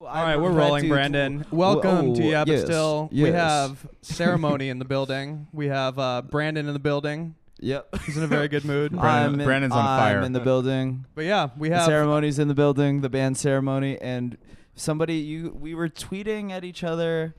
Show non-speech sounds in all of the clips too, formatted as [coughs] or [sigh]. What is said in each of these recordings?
All right, we're Red rolling, dudes. Brandon. Welcome Whoa, to Yeah, but Oh, yes, still, we yes. [laughs] have ceremony [laughs] in the building. We have uh, Brandon in the building. Yep. He's in a very good mood. Brandon- I'm in, Brandon's on I'm fire. in the building. But yeah, we The have ceremony's in the building. The band ceremony and somebody you we were tweeting at each other.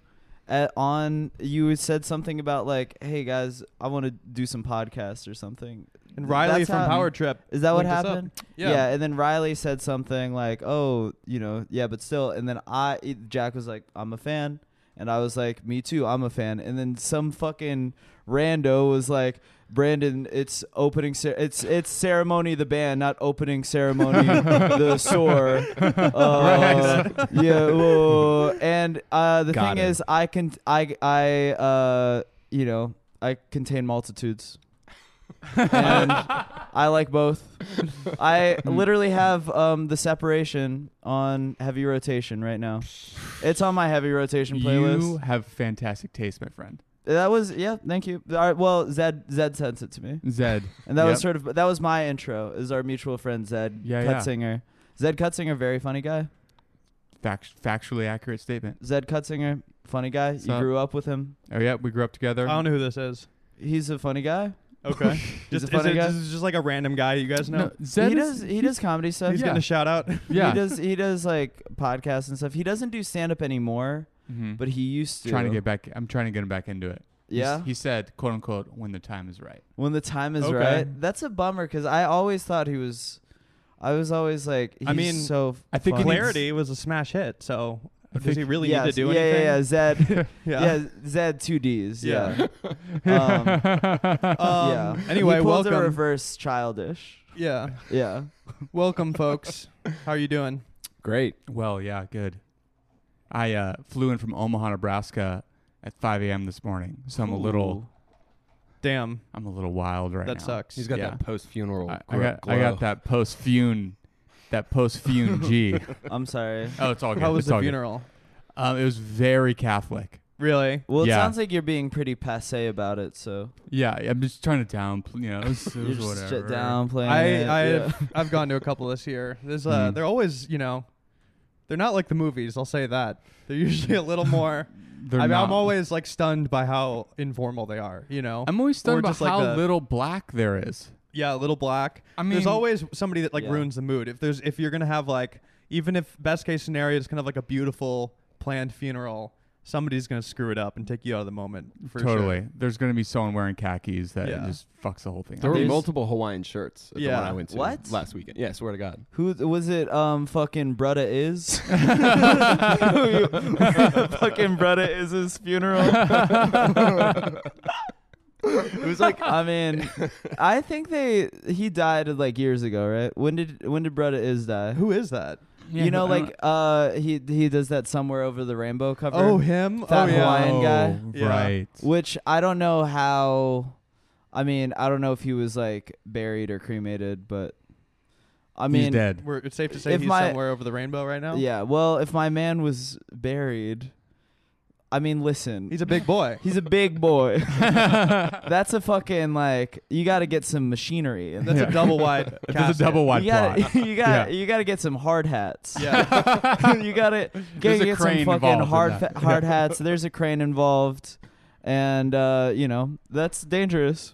At, on you had said something about like, hey guys, I want to do some podcasts or something. and Riley That's from how- Power Trip. Is that what linked us up. happened? Yeah. and then Riley said something like, "Oh, you know, yeah, but still." And then I it- Jack was like, "I'm a fan." And I was like, "Me too. I'm a fan." And then some fucking rando was like, "Brandon, it's opening cer- it's it's ceremony the band, not opening ceremony [laughs] [laughs] the store." Uh, [laughs] Yeah. whoa. And uh, the Got thing him. is, I can I I uh, you know, I contain multitudes. and I like both. I literally have um, the separation on heavy rotation right now. It's on my heavy rotation playlist. [laughs] You have fantastic taste, my friend. That was yeah, thank you. All right, well, Zed Zed sent it to me, Zed. and that Yep. was sort of that was my intro. Is our mutual friend Zed Yeah, yeah. Cutsinger? Zed Cutsinger, very funny guy. Fact, factually accurate statement. Zed Cutsinger, funny guy. What's you up? grew up with him. Oh yeah, we grew up I together. don't know who this is. He's a funny guy. Okay. [laughs] He's just a funny is it, guy. This is just like a random guy you guys know. No, Zed he is- does he does comedy stuff. He's yeah. getting a shout out. Yeah. He does he does like podcasts and stuff. He doesn't do stand up anymore, Mhm. but he used to. trying to get back. I'm trying to get him back into it. He's- Yeah. He said, "quote unquote," when the time is right. when the time is Okay. right. That's a bummer cuz I always thought he was I was always like he's I mean, so f- I think he funny. needs- Clarity was a smash hit, so I does think- he really yes, need to do yeah, anything? Yeah, yeah, [laughs] Zed. Yeah. yeah, Zed 2 Ds. Yeah. Yeah. Um, [laughs] Um, yeah. Anyway, he pulls welcome. a reverse childish. yeah. Yeah. Welcome, folks. How are you doing? Great. Well, yeah, good. I uh, flew in from Omaha, Nebraska, at 5 a.m. this morning, so I'm a little, Damn. I'm a little wild right that now. sucks. He's got Yeah. that post funeral. I, I got, I got that post fune, that post fune G. I'm sorry. Oh, it's all good. How was it's the all good. funeral? Um, it was very Catholic. Really? Well, it Yeah. sounds like you're being pretty passé about it, so Yeah, I'm just trying to downplay. You know, it was, it you're was just whatever. shut down playing I, it. I yeah. [laughs] I've gone to a couple this year. There's uh, Mhm. they're always you know, they're not like the movies. I'll say that they're usually a little more. [laughs] They're I mean, not- I'm always like stunned by how informal they are. You know, I'm always or stunned by just like how the- little black there is. yeah, a little black. I there's mean- always somebody that like Yeah. ruins the mood. If there's if you're gonna have like even if best case scenario is kind of like a beautiful planned funeral, somebody's gonna screw it up and take you out of the moment. For sure. totally. There's gonna be someone wearing khakis that Yeah. just fucks the whole thing. There up. were There's- multiple Hawaiian shirts at Yeah. the one I went to What? last weekend. Yeah, swear to God. [laughs] [laughs] Who was it? Um, fucking Brutta is. [laughs] fucking Brutta is his funeral. It was [laughs] like I mean, I think they he died like years ago, right? When did when did Brutta is die? Who is that? Yeah, you know, I don't- like uh, he he does that somewhere over the rainbow cover. Oh, him. Fat oh yeah. Hawaiian guy. Oh, Yeah. Right. which I don't know how. I mean, I don't know if he was like buried or cremated, but I mean, he's dead. We're, it's safe to say If he's my- somewhere over the rainbow right now. Yeah, well, if my man was buried, I mean, listen, He's a big [laughs] boy. [laughs] He's a big boy. [laughs] That's a fucking like you got to get some machinery. in That's there. a double [laughs] wide. That's a double wide you gotta, [laughs] plot. You got Yeah. to you got to get some hard hats. [laughs] Yeah. you got to There's get, a get some crane fucking involved in hard that. fa- hard hats. There's a crane involved, and uh, you know that's [laughs] dangerous.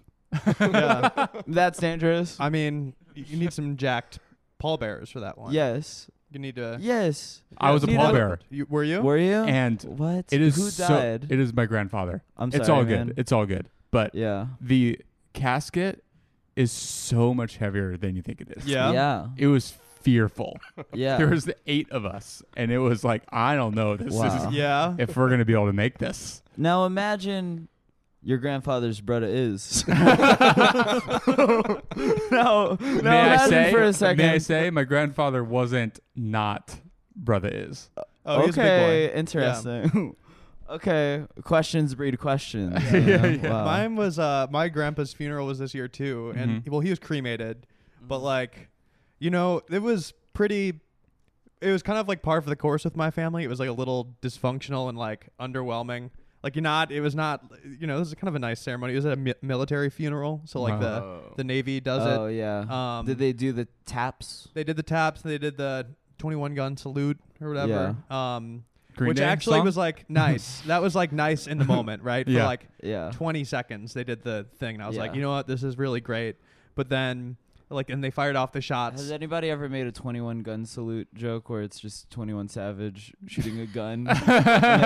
yeah. That's dangerous. I mean, you need some jacked pallbearers for that one. yes, You need to. yes. I was a You know- [laughs] pallbearer, You, were you? Were you? and what? it is who so- died? it is my grandfather. I'm sorry, It's all man. good. It's all good. But yeah. the casket is so much heavier than you think it is. Yeah. [laughs] Yeah. It was fearful. Yeah. There was the eight of us, and it was like, I don't know this Wow. is yeah. [laughs] if we're gonna be able to make this. Now imagine your grandfather's brother [laughs] is. [laughs] [laughs] no, no. May I imagine say? for a May I second. say my grandfather wasn't not brother is. Oh, he's a okay, big boy. interesting. [laughs] okay, questions breed questions. [laughs] Yeah. you know? Yeah, yeah. Wow. Mine was uh, my grandpa's funeral was this year too, and Mhm. well, he was cremated, but like, you know, it was pretty. It was kind of like par for the course with my family. It was like a little dysfunctional and like underwhelming. Like you're not. It was not. You know, this is kind of a nice ceremony. It was at a mi- military funeral, so like the Oh. the Navy does oh it. yeah. Um, Did they do the taps? They did the taps. They did the 21 gun salute or whatever. Um, Green which Day actually song? was like [laughs] nice. that was like nice in the moment, right? For Yeah. like Yeah. 20 seconds they did the thing and I was like, Yeah. "You know what? This is really great." But then like and they fired off the shots. Has anybody ever made a 21 gun salute joke where it's just 21 Savage shooting a gun in the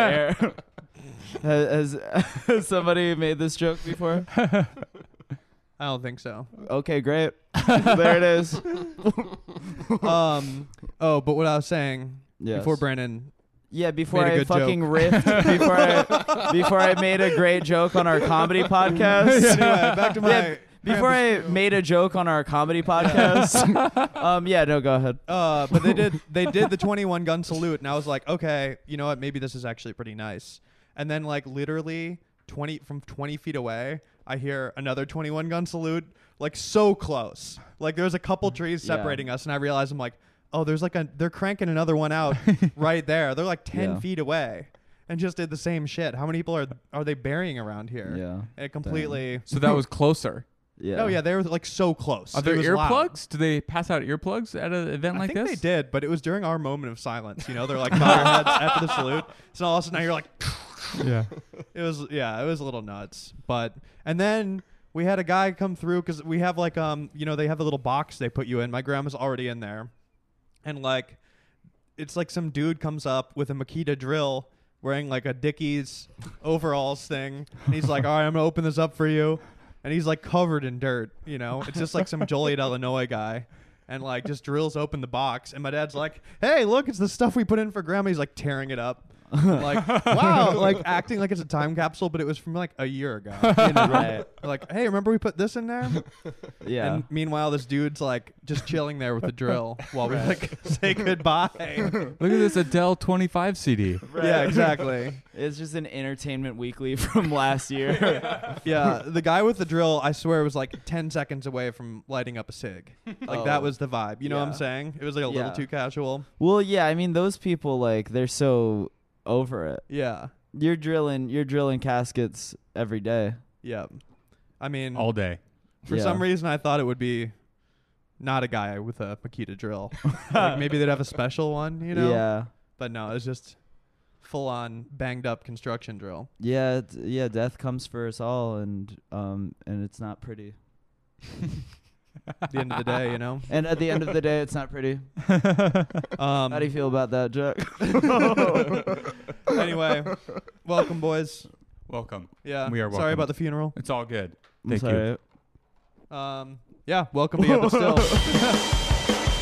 air? [laughs] [laughs] has, [laughs] has, has somebody made this joke before? I don't think so. Okay, [laughs] great. there it is. um oh, but what I was saying Yes. before Brandon [laughs] Yeah, before Made a I good fucking riffed, before [laughs] I, before I made a great joke on our comedy podcast. Anyway, back [laughs] to my Yeah, Before I made a joke on our comedy [laughs] podcast. um, yeah, no, go ahead. Uh, but they did they did the 21 gun salute and I was like, okay, you know what? Maybe this is actually pretty nice. And then like literally 20 from 20 feet away, I hear another 21 gun salute like so close. Like there's a couple trees Yeah. separating us and I realized I'm like, oh, there's like a they're cranking another one out right there. They're like 10 Yeah. feet away and just did the same shit. How many people are are they burying around here? Yeah. It completely so that [laughs] was closer. Yeah. [laughs] No, Oh, yeah, they were like so close. Are there It was loud. earplugs? Do they pass out earplugs at an event like I think this? they did, but it was during our moment of silence. You know, they're like bow your heads after the salute. So all of a sudden now you're like, Yeah. it was yeah, it was a little nuts. But and then we had a guy come through because we have like um you know they have the little box they put you in. My grandma's already in there, and like it's like some dude comes up with a Makita drill. Wearing like a Dickies overalls thing, and he's like, "All right, I'm gonna open this up for you," and he's like covered in dirt. You know, it's just like some Joliet, Illinois guy, and like just drills open the box. And my dad's like, "Hey, look, it's the stuff we put in for grandma." He's like tearing it up, like [laughs] wow, like acting like it's a time capsule, but it was from like a year ago. [laughs] You know? Right. Like, hey, remember we put this in there? Yeah. [laughs] And meanwhile, this dude's like just chilling there with the drill while we like [laughs] [laughs] say goodbye. [laughs] Look at this Adele 25 CD. Yeah, exactly. It's just an Entertainment Weekly [laughs] from [laughs] last year. Yeah, the guy with the drill, I swear, was like ten seconds away from lighting up a cig. Like that Oh. was the vibe. You know what I'm Yeah. saying? It was like a little Yeah. too casual. well, yeah, I mean those people like they're so over it. Yeah, You're drilling, you're drilling caskets every day. yeah. I mean, All day. for Yeah. some reason, I thought it would be not a guy with a [laughs] Makita drill. like maybe they'd have a special one, you know? Yeah. But no, it's just full on banged up construction drill. Yeah, d- yeah, death comes for us all and um and it's not pretty. At the end of the day, you know. And at the end of the day, it's not [laughs] pretty. Um, How do you feel about that, Jack? anyway, welcome, boys. Welcome. Yeah, We are sorry welcome. about the funeral. It's all good. I'm Thank you. sorry. Um, yeah, welcome to Yep It's [laughs] Still.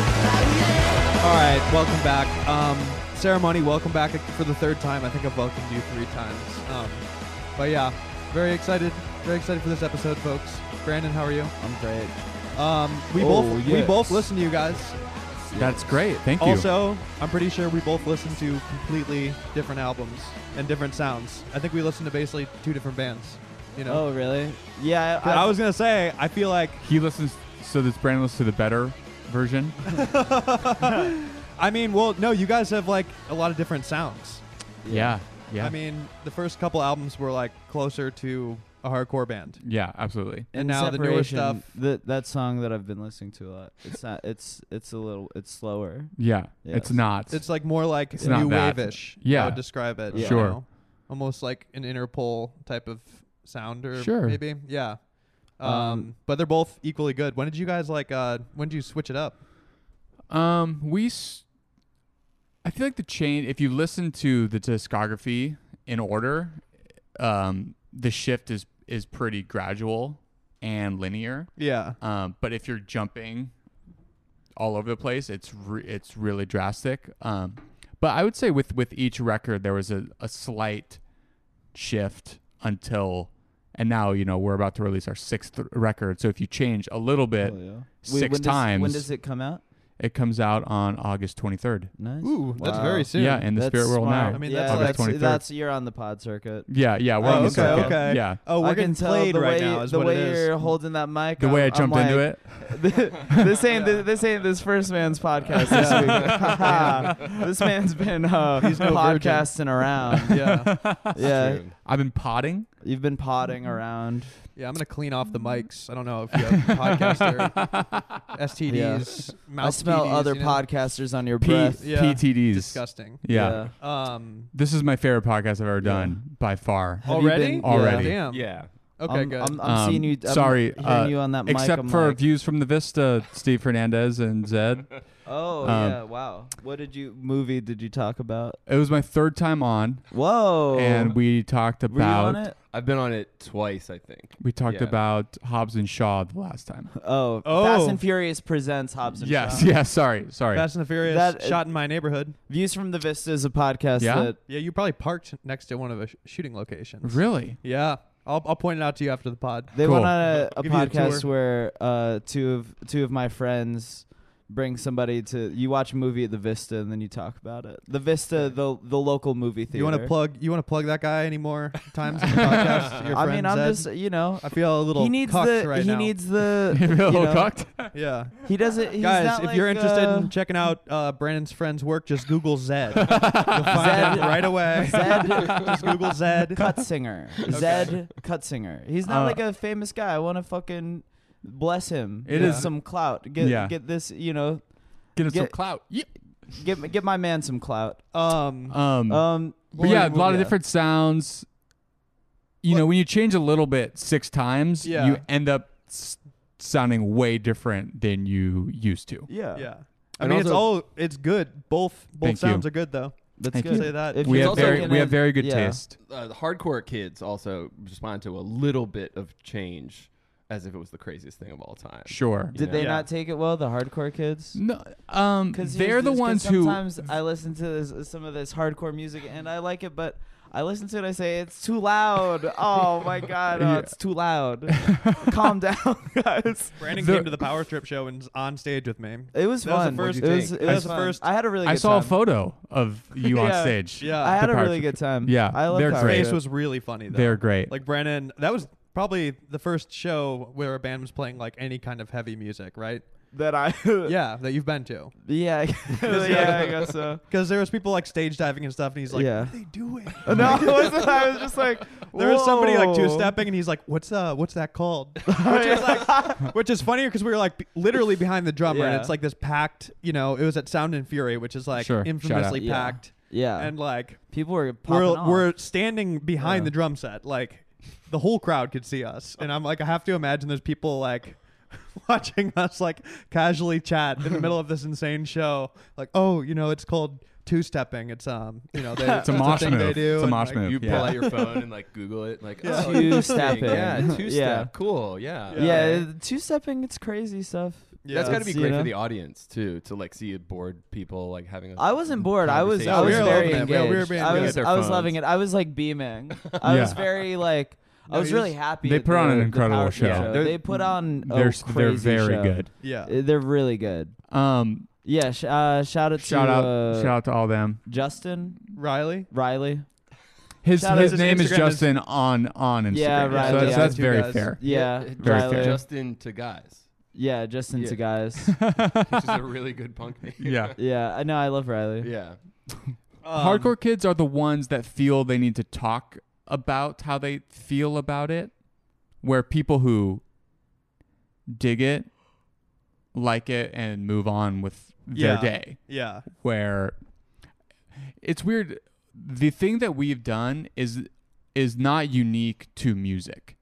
All right, welcome back. Um, ceremony, welcome back for the third time. I think I've welcomed you three times. Um, but yeah, very excited, very excited for this episode, folks. Brandon, how are you? I'm great. Um, we Oh, both we yes. both listen to you guys. That's great. Thank you. Also, I'm pretty sure we both listen to completely different albums and different sounds. I think we listen to basically two different bands. You know, Oh, really? Yeah, I was gonna say I feel [laughs] like he listens, so this brand listens to the better version. I mean, well, no, you guys have like a lot of different sounds. Yeah. Yeah. I mean, the first couple albums were like closer to a hardcore band. yeah, absolutely. and now the newer Separation, stuff- That that song that I've been listening to a lot. It's not. It's it's a little. It's slower. Yeah. It's Yes. not. It's like more like It's not new that. wave-ish. I Yeah. would describe it. you Sure. know? almost like an Interpol type of sound, or Sure. maybe yeah. Um, Um, but they're both equally good. When did you guys like? Uh, when did you switch it up? Um, we. S- I feel like the chain. If you listen to the discography in order, um, the shift is is pretty gradual and linear. Yeah, Um, but if you're jumping all over the place, it's re- it's really drastic. Um, but I would say with with each record, there was a, a slight shift until and now you know we're about to release our sixth record. So if you change a little bit, Hell Oh, yeah. six when does- times. when does it come out? it comes out on August 23rd. Nice. Ooh, that's Wow. very soon. Yeah, in the That's spirit world smart. now. I mean, yeah, that's August like- that's, 23rd. that's you're on the pod circuit. yeah, yeah. We're Oh, on the okay, circuit. okay. Yeah, Oh, we're I getting can tell played the right way, now. Is the what way it is. you're holding that mic. the way I I'm jumped like, into it. [laughs] this ain't this, ain't this first man's podcast [laughs] this week. [laughs] this man's been uh, no virgin. podcasting around. [laughs] [laughs] Yeah, yeah. True. I've been potting. You've been potting around. Yeah, I'm gonna clean off Mm-hmm. the mics. I don't know if you have podcaster [laughs] [laughs] STDs. Mouth I smell TDs, other you know? podcasters on your P- breath. Yeah. PTDs. Disgusting. Yeah. Um. This is my favorite podcast I've ever done by far. Have you already? been- Already. Yeah. Damn. Yeah. Okay. I'm, good. I'm, I'm seeing Um, you. I'm sorry, hearing uh, you on that mic. Except I'm for like, views from the Vista, Steve Fernandez and Zed. Oh um, yeah! Wow. What did you movie did you talk about? It was my third time on, Whoa! and we talked Oh. were you on about it? I've been on it twice, I think. we talked Yeah. about Hobbs and Shaw the last time. Oh, Oh. Fast and Furious presents Hobbs and yes, Shaw. yeah. Sorry, sorry. Fast and the Furious That- uh, shot in my neighborhood. Views from the Vista is a podcast Yeah? that Yeah, you probably parked next to one of the sh- shooting locations. really? [laughs] Yeah, I'll I'll point it out to you after the pod. They Cool. went on a, a Give you the podcast tour. where uh, two of two of my friends bring somebody to you watch a movie at the Vista and then you talk about it. The Vista, the the local movie theater. You want to plug? You want to plug that guy any [laughs] more times in the podcast? Your I friend mean, I'm Zed? just you know. I feel a little He needs cucked the right he now. needs [laughs] the You feel a you little know, [laughs] cucked? yeah. He doesn't. He's Guys, not if like, you're interested uh, in checking out uh, Brandon's friend's work, just Google [laughs] Zed. You'll find [laughs] Zed- it right away. [laughs] Zed- just [laughs] Google Zed. Cutsinger, Zed Cutsinger. He's not Uh, like a famous guy. I want to fucking bless him. It It is is- some clout. Get Yeah. get this. You know, Get us some Get- clout. Yeah. get get my man some clout. Um, Um, Um, but yeah, a lot of yeah. different sounds. You know, when you change a little bit six times, Yeah. you end up s- sounding way different than you used to. Yeah, yeah. I And mean, it's also- all it's good. Both both Thank sounds you. are good though. That's Thank good. you. Say that. If We he's have also very gonna- we have very good yeah. taste. Uh, the hardcore kids also respond to a little bit of change as if it was the craziest thing of all time. Sure. Did Yeah. they Yeah. not take it well, the hardcore kids? No, um, Because they're the ones who. Sometimes I listen to this, some of this hardcore music and I like it, but I listen to it. I say it's too [laughs] loud. Oh my god, oh, Yeah. it's too [laughs] loud. Calm down, [laughs] guys. Brandon The- came to the Power Trip show and was on stage with me. It was That was the fun. first- it was, That it was was the fun. first- I had a really. Good I saw time. a photo of [laughs] you on um, Yeah. stage. Yeah, I had a Power really Trip. good time. Yeah, I love they're Power great. Space Trip. was really funny though. They're great. Like Brandon, that was probably the first show where a band was playing like any kind of heavy music, right? [laughs] that I. [laughs] Yeah, that you've been to. [laughs] yeah, [laughs] yeah. I guess so. [laughs] Because there was people like stage diving and stuff, and he's like, Yeah. "What are they doing?" [laughs] No, I was, I was just like, There was somebody like two whoa. [laughs] stepping, and he's like, "What's uh, what's that called?" Which is like, which is funny because we were like b- literally behind the drummer, and Yeah. it's like this packed. You know, it was at Sound and Fury, which is like Sure. Shout out. infamously Yeah. packed, [laughs] Yeah, and like people were popping we're off. we're standing behind Yeah. the drum set, like the whole crowd could see us, and I'm like, I have to imagine there's people like. [laughs] Watching us like casually chat in the middle of this insane show, like, oh, you know, it's called two stepping. It's um, you know, they, [laughs] It's a mosh thing They move. do, It's a and, mosh like, move. You pull yeah. [laughs] out your phone and like Google it, like Yeah. oh, Two interesting. stepping. Yeah, two Yeah. step. Cool. Yeah. Yeah. yeah, two stepping. It's crazy stuff. Yeah. That's got to be It's, great you know? for the audience too, to like see bored people like having. a I wasn't bored. I was. I conversation. was We were very loving it. engaged. We were- we were being I good. was. Their I was phones. loving it. I was like beaming. I was Yeah. very like. I No, was you really just- happy. They at put on the- an the incredible Power Trip show. They're- They put on a they're s- they're oh, crazy very show. good. Yeah, Uh, They're really good. Um, Yeah. Sh- uh, shout out shout to out, uh, shout out to all them. Justin Riley. Riley. His shout out his to- name is Instagram is- Justin on on Instagram. Yeah, so right, that's, yeah. that's Two very guys. fair. Yeah, Very uh, Justin, fair. Justin to guys, Yeah, Justin Yeah. to guys. which is a really good punk name. Yeah. yeah, I know. I love Riley. [laughs] yeah. Um, Hardcore kids are the ones that feel they need to talk about how they feel about it, where people who dig it, like it, and move on with their Yeah. day. Yeah, where it's weird the thing that we've done is is not unique to music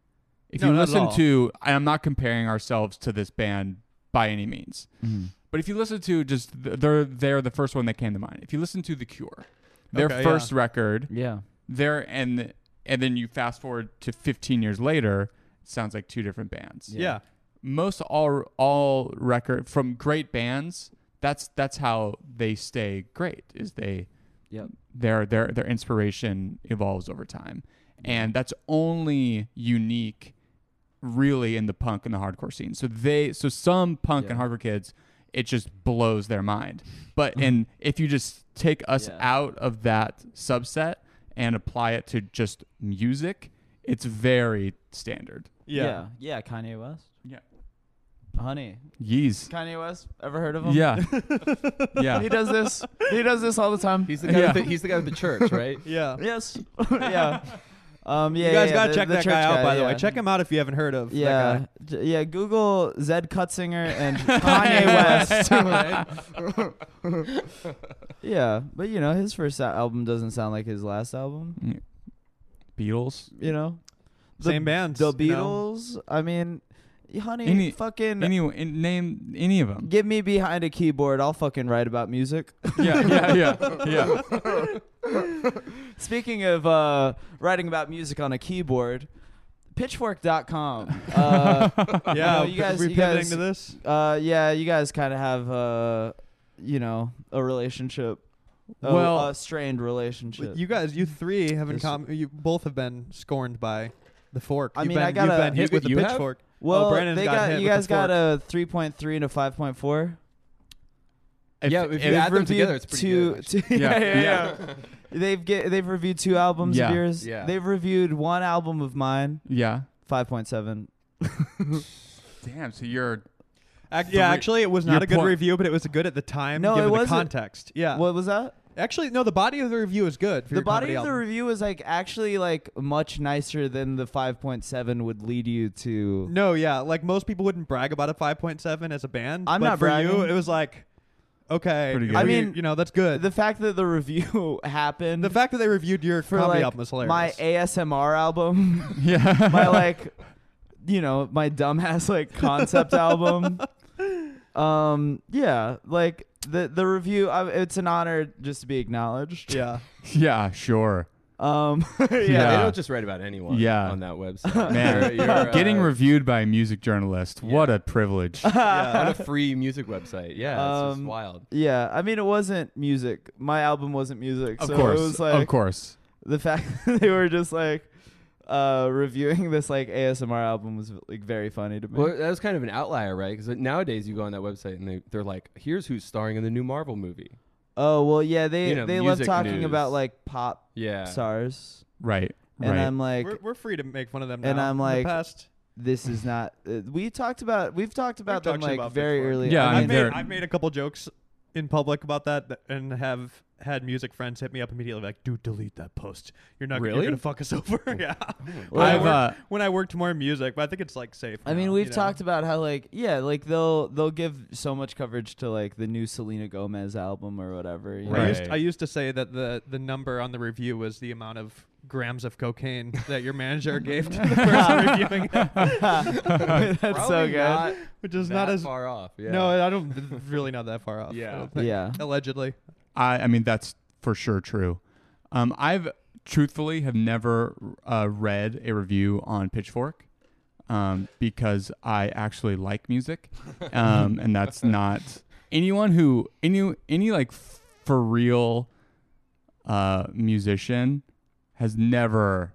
if No, you not at listen all. to and i'm not comparing ourselves to this band by any means Mhm. but if you listen to just th- they're they're the first one that came to mind if you listen to the cure their Okay, yeah. first record Yeah. their and and then you fast forward to 15 years later it sounds like two different bands yeah, Yeah. most all all record from great bands that's that's how they stay great is they Yep. their their their inspiration evolves over time and that's only unique really in the punk and the hardcore scene. So they so some punk and Yeah. hardcore kids it just blows their mind. [laughs] But and if you just take us Yeah. out of that subset and apply it to just music, it's very standard. yeah, yeah, Kanye West. Yeah. Honey, Yeez. Kanye West. Ever heard of him? [laughs] Yeah. yeah. he does this. He does this all the time. He's the guy. Yeah. With the, he's the guy with the church, right? yeah. yes. [laughs] yeah. Um. Yeah. you guys yeah, gotta the- check the that church guy out, by the yeah. way. Check him out if you haven't heard of. that Yeah, guy. J- yeah. Google Zed Cutsinger [laughs] and Kanye West. [laughs] yeah, but you know his first al- album doesn't sound like his last album. Mm. Beatles. You know, The- same bands. the you know? Beatles. I mean, honey, Any- fucking Any in, name any of them. get me behind a keyboard. I'll fucking write about music. [laughs] Yeah, yeah, yeah. Yeah. Speaking of uh, writing about music on a keyboard, Pitchfork.com. [laughs] Uh, Yeah, know, [laughs] you guys- we you pivoting guys- to this. uh, yeah, you guys kind of have uh, you know a relationship. A, Well- a strained relationship. You guys, you [laughs] three have in This- common. You both have been scorned by the fork. I You've mean, been, I gotta- you've been hit You- with a you have? pitchfork. Well, oh, Brandon they got, got, hit you with guys the fork. got a 3.3 and a 5.4. Yeah, if you add them reviewed together, it's pretty two, [laughs] good, two- yeah, Yeah, yeah, [laughs] yeah. they've get they've reviewed two albums Yeah. of yours. Yeah. They've reviewed one album of mine, Yeah. 5.7. Damn, so you're Ac- yeah, three- actually, it was your not a good point- review, but it was good at the time. No, it given the wasn't. context. Yeah, What was that? actually, no. The body of the review is good. Uh, The For your body comedy of the album. review is like actually like much nicer than the 5.7 would lead you to. No, yeah, like most people wouldn't brag about a 5.7 as a band. I'm but not for you. bragging. It was like, okay, Pretty I good. mean, you know, that's good. The The, fact that the review [laughs] happened fact that they reviewed your for comedy like album was hilarious. my ASMR album [laughs] Yeah. my like you know my dumbass like concept album um yeah like the the review I, it's an honor just to be acknowledged yeah, [laughs] yeah, sure. um [laughs] yeah, Yeah, Yeah. they don't just write about anyone. Yeah. on that [laughs] website. Man, You're- you're, getting uh, reviewed by a music journalist. What [laughs] a privilege. on a free music website. Yeah, it's Um, just wild. yeah i mean it wasn't music my album wasn't music Of so course. it was like of course. the fact [laughs] that they were just like uh reviewing this like asmr album was like very funny to me Well, that was kind of an outlier, right? Because nowadays you go on that website and they, they're like, "Here's who's starring in the new Marvel movie." oh well yeah they You know, they love music talking news. about like pop Yeah, stars Right. and right. i'm like we're, we're free to make fun of them. And now. I'm In like, the past, this is not. Uh, we talked about. We've talked about them talked like about very Pitchfork. early. Yeah, I I mean, have made, they're- I've made a couple jokes in public about that, th- and have had music friends hit me up immediately, like, "Dude, delete that post. You're not Really? you're gonna fuck us [laughs] over." yeah. Well, I I've, worked- uh, when I worked more in music, but I think it's like safe. I now, mean, you we've know? talked about how like yeah, like they'll they'll give so much coverage to like the new Selena Gomez album or whatever. you know? I Right. used, I used to say that the, the number on the review was the amount of grams of cocaine [laughs] that your manager gave to [laughs] the [laughs] person reviewing That's it, so Probably good. Not [laughs] which is that not as far off. Yeah. no, I don't it's really not that far off. I Yeah. don't think. yeah. allegedly. I, I mean, that's for sure true. Um, I've truthfully have never uh, read a review on Pitchfork um, because I actually like music, um, and that's not anyone who any any like f- for real uh, musician has never.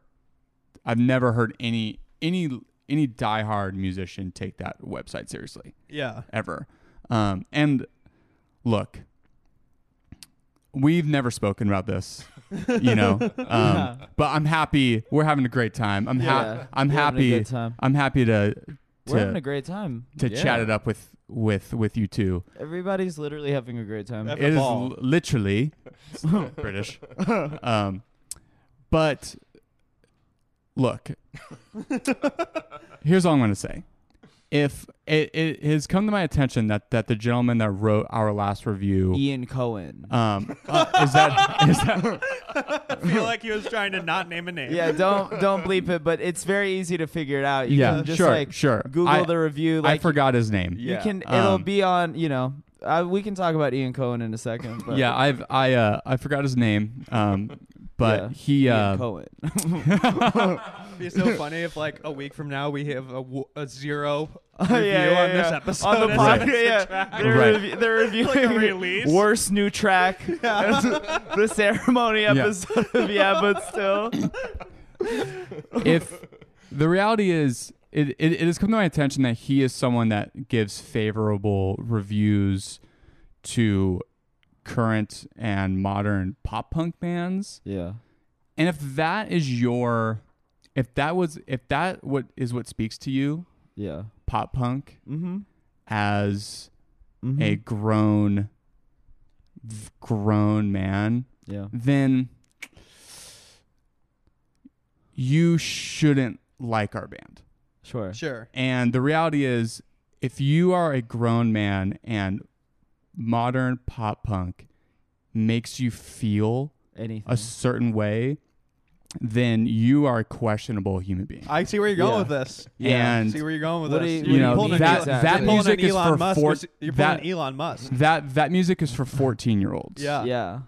I've never heard any any any diehard musician take that website seriously Yeah, ever. Um, and look, we've never spoken about this, [laughs] you know. Um, Yeah. But I'm happy. We're having a great time. I'm happy. Yeah. I'm We're having a happy. good time. I'm happy to We're having a to, great time. to Yeah. chat it up with with with you two. Everybody's literally having a great time. Have a It is ball. l- literally [laughs] British. Um, but look, here's all I'm going to say. If it, it has come to my attention that, that the gentleman that wrote our last review Ian Cohen. um, uh, [laughs] is that is that I feel like he was trying to not name [laughs] a name. yeah, don't don't bleep it, but it's very easy to figure it out. You yeah can just sure like sure Google I, the review. I Like forgot his name you Yeah. can. It'll Um, be on. You know, uh, we can talk about Ian Cohen in a second. But yeah I've I uh, I forgot his name [laughs] um, but Yeah. he Ian [laughs] uh, Cohen. It'd be so funny if like a week from now we have a, w- a zero Oh, review yeah, yeah, on this yeah. episode. On the as pod- an yeah, yeah. extra track. They're, Right. revi- they're reviewing Like a release? worst new [laughs] track. [laughs] the ceremony Yeah. [coughs] episode of Yeah, but still. if the reality is it, it, it has come to my attention that he is someone that gives favorable reviews to current and modern pop punk bands Yeah. and if that is your if that was if that what is what speaks to you Yeah. pop punk Mm-hmm. as mm-hmm. a grown v- grown man yeah. then you shouldn't like our band. Sure. Sure. And the reality is, if you are a grown man and modern pop punk makes you feel Anything. Mm-hmm. a certain way, then you are a questionable human being. I see where you're going Yeah. with this. Yeah. And see where you're going with What do this. you- what do you pulling mean an that- Elon- that you're pulling music an is Elon for Musk. four- You're s- you're pulling that- an Elon Musk. that that [laughs] music is for 14 year olds. [laughs] Yeah. yeah.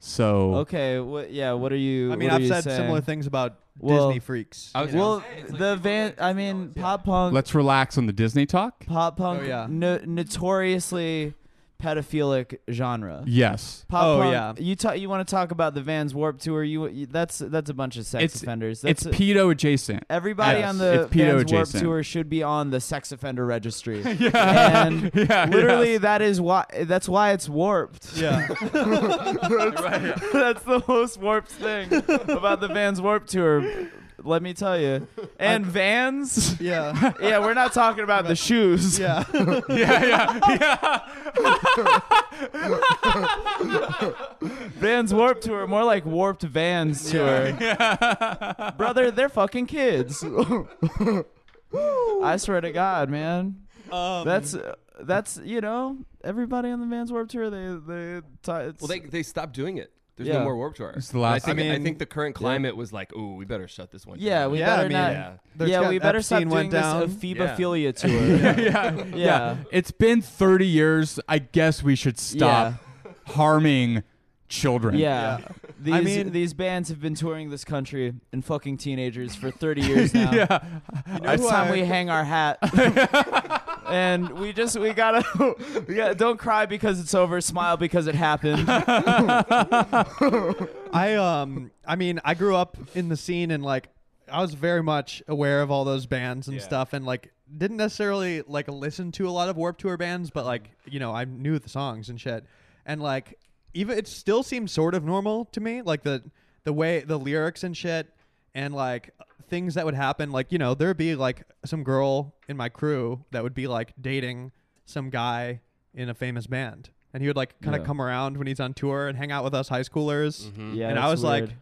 So Okay. What? Yeah. What are you? I mean, what are I've you said saying? similar things about Well, Disney freaks. I was you know? Well, the van. I mean, pop punk. let's relax on the Disney talk. pop punk. Oh, yeah. no- notoriously pedophilic genre. Yes. Pop Oh, punk, yeah. You talk. You want to talk about the Vans Warp Tour? You, you that's that's a bunch of sex It's- offenders. That's a- it's [laughs] pedo adjacent. Everybody Yes. on the It's pedo Vans Warp adjacent. Tour should be on the sex offender registry. [laughs] Yeah. And [laughs] Yeah, literally, yes. that is why that's why it's warped. yeah. [laughs] that's the most warped [laughs] thing about the Vans Warp Tour. Let me tell you. And Vans, [laughs] yeah. yeah, we're not talking about the shoes. [laughs] Yeah. yeah, yeah, yeah. Vans Warp Tour, more like Warped Vans Tour. Brother, they're fucking [laughs] kids. I swear to God, man. Um, That's that's you know everybody on the Vans Warped Tour. They they ti- it's- Well, they they stopped doing it. There's Yeah. no more warp tour. It's the last I, thing. think, I I mean- think the current climate was like, ooh, we better shut this one. yeah down. we Yeah, I better mean, not. [laughs] yeah. There's yeah, got- we better stop Epstein doing went down. this [laughs] ephebophilia tour. [laughs] yeah, yeah, Yeah. It's been 30 years. I guess we should stop harming children. Yeah. Yeah. These, I mean- these bands have been touring this country and fucking teenagers for 30 [laughs] years now. yeah. It's who time I- [laughs] we hang our hat. and we just we gotta [laughs] we gotta don't cry because it's over, smile because it [laughs] happened. I um I mean I grew up in the scene and like I was very much aware of all those bands and Yeah. stuff and like didn't necessarily like listen to a lot of Warp Tour bands but like you know I knew the songs and shit and like even it still seemed sort of normal to me like the the way the lyrics and shit and like things that would happen like you know there'd be like some girl in my crew that would be like dating some guy in a famous band and he would like kind of Yeah. come around when he's on tour and hang out with us high schoolers Yeah, and I that's was like, weird.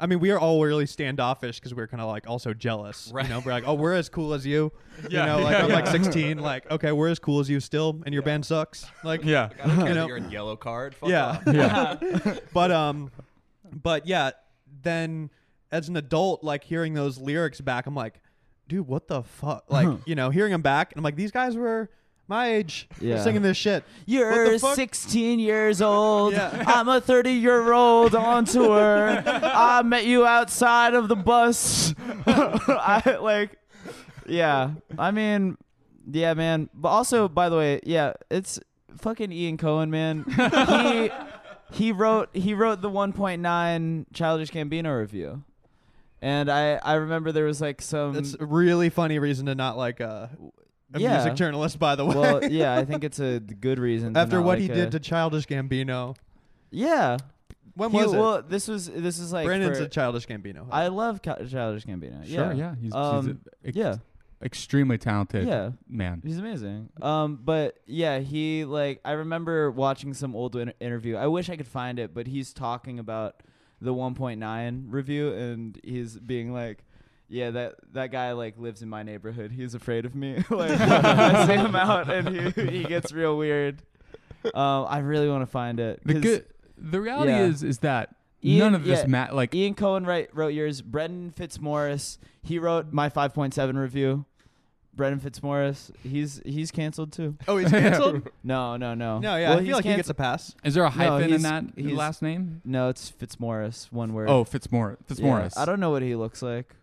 I mean, we are all really standoffish because we are kind of like also jealous. You know, we're like, oh, we're as cool as you. Yeah, you know, like yeah, I'm like yeah. 16. Like, okay, we're as cool as you still, and your band sucks. Like, Yeah. I don't care You that know? you're a yellow card. Fuck yeah, [laughs] off. Yeah. but um, but yeah, then as an adult, like hearing those lyrics back, I'm like, dude, what the fuck? [laughs] Like, you know, hearing them back, and I'm like, these guys were my age Yeah. singing this shit. What You're the fuck? 16 years old. [laughs] Yeah. I'm a 30 year [laughs] old on tour. I met you outside of the bus. [laughs] I like, yeah. I mean, yeah, man. But also, by the way, yeah, it's fucking Ian Cohen, [laughs] man. he he wrote he wrote the 1.9 Childish Gambino review, and I I remember there was like some That's a really funny reason to not like uh, a Yeah. music journalist, by the way. [laughs] well, yeah, I think it's a good reason to After not, what like, he uh, did to Childish Gambino. yeah. When He- was it? Well, this was this is like Brandon's for, a childish Gambino. I love Ca- Childish Gambino. [laughs] Sure, yeah. yeah, He's, Um, he's a, yeah, extremely talented Yeah. man. he's amazing. Um, but yeah, he like I remember watching some old inter- interview. I wish I could find it, but he's talking about the 1.9 review, and he's being like. Yeah, that that guy like lives in my neighborhood. He's afraid of me. [laughs] like I see him out, and he, he gets real weird. [laughs] Um, I really want to find it. The 'cause good the reality yeah. is is that Ian- none of yeah. this mat like Ian Cohen write, wrote yours. Brendan Fitzmaurice, he wrote my 5.7 review. Brendan Fitzmaurice, he's he's canceled too. [laughs] oh, [laughs] he's canceled. No, no, no. no, yeah, Well, I he's feel like he canc- gets a pass. is there a hyphen he's- in that he's- last name? No, it's Fitzmaurice, one word. Oh, Fitzmor Yeah, Fitzmaurice. I don't know what he looks like.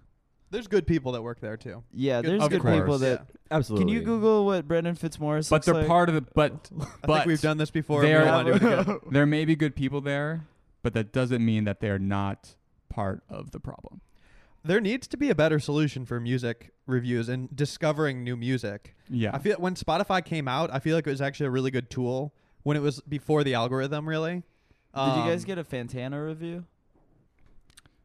There's good people that work there too. Yeah, Good- Uh, there's Of good people course. that. Absolutely. Can you Google what Brendan Fitzmaurice but looks they're like? [laughs] part of the but I but think we've done this before. they're- We don't want to do it again. [laughs] there may be good people there, but that doesn't mean that they're not part of the problem. there needs to be a better solution for music reviews and discovering new music. Yeah. I feel when Spotify came out, I feel like it was actually a really good tool when it was before the algorithm. Really, Did you guys Um, get a Fantana review?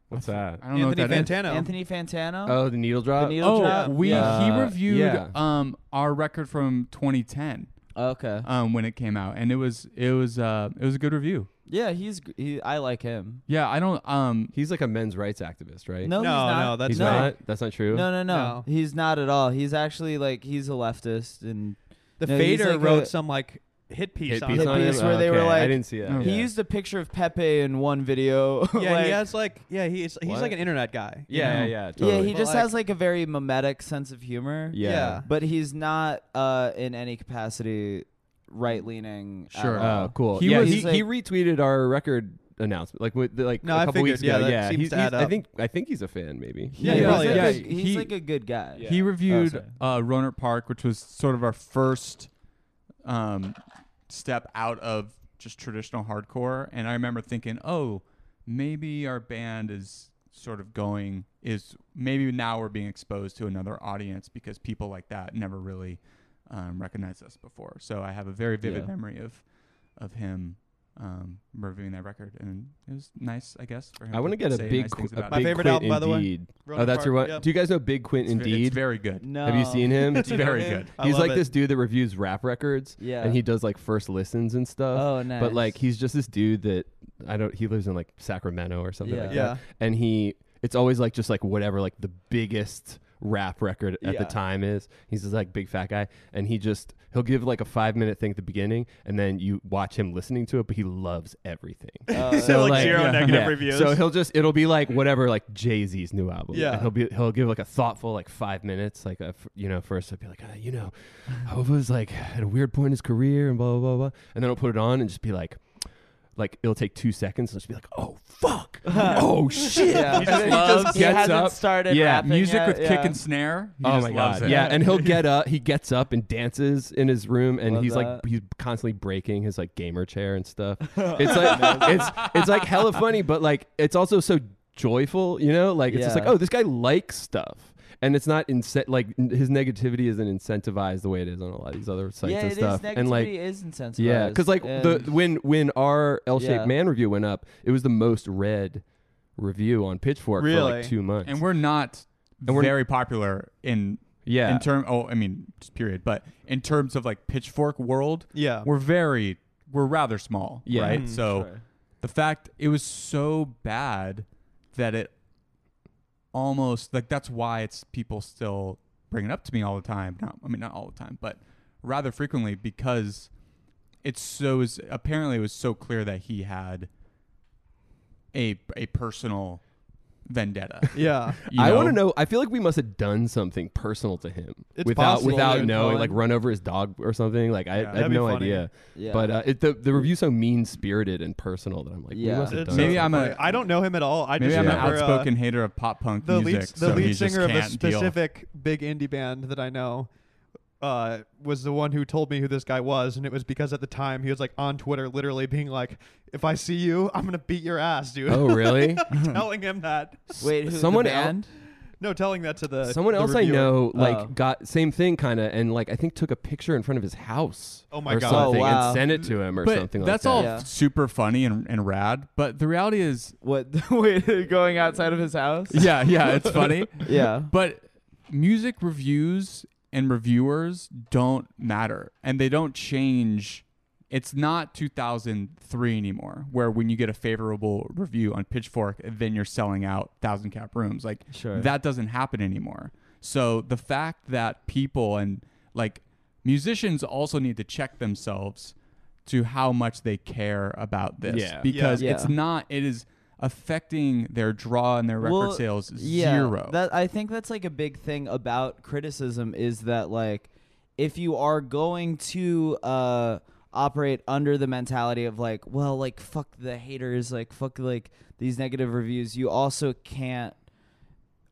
What's that? I don't know what Anthony that is. Fantano? Anthony Fantana. Oh, the needle drop. The needle Oh, drop? we Yeah. he Uh, reviewed yeah. um our record from 2010 okay. um when it came out, and it was it was uh it was a good review. Yeah, he's gr- he, I like him. Yeah, I don't um He's like a men's rights activist, right? No, No, he's not. no, that's he's no. not. That's not true. No, no, no, No. He's not at all. He's actually like he's a leftist, and the No, he's Fader like wrote a- some like hit piece Hit on piece it. Hit on him? piece where they were Okay, I like- didn't see that. No. Oh, Yeah. he used a picture of Pepe in one video. [laughs] [laughs] Yeah, like- he has like yeah he's he's What? like an internet guy. you know? Yeah, yeah, know. yeah. yeah. Totally. He But, just like- has like a very mimetic sense of humor. Yeah. Yeah. but he's not uh, in any capacity right leaning. Sure. At all. Oh, cool. He yeah, was- he, he's like- he retweeted our record announcement like with the, like No, a I couple figured, weeks yeah, ago. that yeah, seems he's, to he's- add I up. think I think he's a fan maybe. Yeah, he he's, probably like, is. a, Yeah, he's he- like a good guy. Yeah. He reviewed sorry. uh, Roanert Park, which was sort of our first um, step out of just traditional hardcore. And I remember thinking, oh, maybe our band is sort of going, is maybe now we're being exposed to another audience because people like that never really um, recognized us before. So I have a very vivid Yeah. memory of of him. Um, reviewing that record, and it was nice, I guess. For him I want to get a say big, nice qu- things a about big it. My favorite Quint album, by the way. Indeed. Ronan oh, that's your Park, one. yep. Do you guys know Big Quint It's ve- Indeed? It's very good. No. Have you seen him? It's very good. [laughs] I he's love like it. this dude that reviews rap records. Yeah. And he does like first listens and stuff. Oh, nice. But like he's just this dude that I don't he lives in like Sacramento or something like Yeah. that. And he it's always like just like whatever like the biggest rap record at Yeah. the time is. He's this like big fat guy and he just he'll give like a 5 minute thing at the beginning and then you watch him listening to it but he loves everything. [laughs] Uh, So, like, like, zero [laughs] yeah. negative Yeah. reviews. So he'll just it'll be like whatever like Jay Z's new album. Yeah. And he'll be he'll give like a thoughtful like five minutes like a, f- you know first I'll be like uh, you know, Hova's like at a weird point in his career and blah blah blah, blah. and then I'll put it on and just be like. Like it'll take two seconds and just be like, oh fuck, oh [laughs] shit. Yeah. And He then he loves- just he gets hasn't up. started Yeah. rapping Music yet, with yeah. kick and snare. He oh just my loves god, it. yeah. And he'll get up, he gets up and dances in his room, and Love he's that. like he's constantly breaking his like gamer chair and stuff. [laughs] It's like [laughs] it's it's like hella funny, but like it's also so joyful, you know? Like it's just Yeah. like, oh, this guy likes stuff. And it's not incent like n- his negativity isn't incentivized the way it is on a lot of these other sites yeah, and it is. stuff. Negativity and like is insensitive. yeah, because like the when when our L-shaped Yeah. man review went up, it was the most read review on Pitchfork for Really? like two months. and we're not And we're- very popular in yeah, in term. Oh, I mean, just period. But in terms of like Pitchfork world, yeah. we're very we're rather small, Yeah. right? Mm, so the fact it was so bad that it almost like that's why it's people still bring it up to me all the time. Not I mean not all the time, but rather frequently because it's so is apparently it was so clear that he had a a personal [laughs] vendetta. [laughs] yeah. you I want to know. I feel like we must have done something personal to him It's without possible, without dude. knowing, Colin. like run over his dog or something. Like I, Yeah. I That'd have be no funny. idea. Yeah. But uh, it, the the review's so mean spirited and personal that I'm like, Yeah. we must have It's done Maybe so I'm funny. a- I don't know him at all. I Maybe just I'm an remember, uh, outspoken hater of pop punk the music. lead, the so he lead just singer of a can't deal. specific big indie band that I know uh, was the one who told me who this guy was, and it was because at the time he was like on Twitter, literally being like, "If I see you, I'm gonna beat your ass, dude." [laughs] Oh really? [laughs] telling him that, wait, who, the someone el- band? no, telling that to the Someone the else I reviewer. know like Oh. got same thing kind of and like I think took a picture in front of his house. Oh my or God. something, Oh, wow. And sent it to him or but something. that's like all Yeah. That. super funny and, and rad. But the reality is, What? [laughs] wait, going outside of his house? yeah, yeah, [laughs] it's funny. yeah. But music reviews and reviewers don't matter, and they don't change. It's not 2003 anymore, where when you get a favorable review on Pitchfork, then you're selling out thousand cap rooms. Like Sure. that doesn't happen anymore. So the fact that people and like musicians also need to check themselves to how much they care about this Yeah. because Yeah. it's not. It is affecting their draw and their record Well, sales yeah, zero. That I think that's like a big thing about criticism is that like if you are going to uh operate under the mentality of like, well, like fuck the haters, like fuck like these negative reviews, you also can't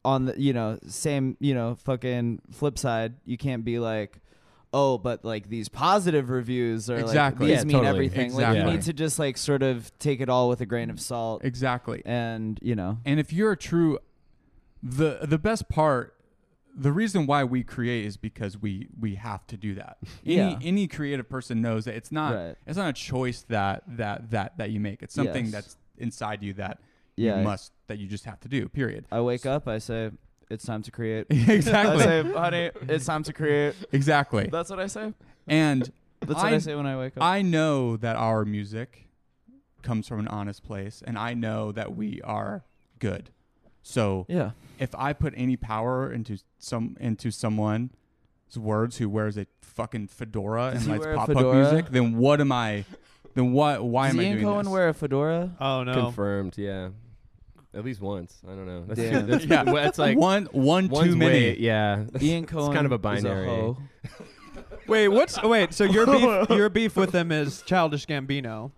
on the you know, same, you know, fucking flip side, you can't be like Oh, but like these positive reviews are Exactly. like Yeah, these mean totally. everything. Like Exactly. you need to just like sort of take it all with a grain of salt Exactly. and you know And if you're a true the the best part the reason why we create is because we we have to do that any Yeah. any creative person knows that it's not Right. it's not a choice that that that that you make it's something Yes. that's inside you that Yeah. you must that you just have to do period I wake up. I say, "It's time to create." I [laughs] exactly say, "Honey, it's time to create." exactly That's what I say. [laughs] and That's what I I- say when I wake up. I know that our music comes from an honest place, and I know that we are good. So yeah. if I put any power into some into someone's words who wears a fucking fedora Does and he likes wear a pop punk fedora? music, then what am I? Then what? Why Does am I Ian doing Cohen this? wear a [laughs] fedora? Oh no. Confirmed, yeah. At least once. I don't know. That's, Damn. [laughs] that's, Yeah. well, that's like one one one's too many. way- yeah. [laughs] Ian Cohen kind of a is binary. [laughs] hoe. Wait, what's oh, wait? So your [laughs] beef, your beef with them is Childish Gambino.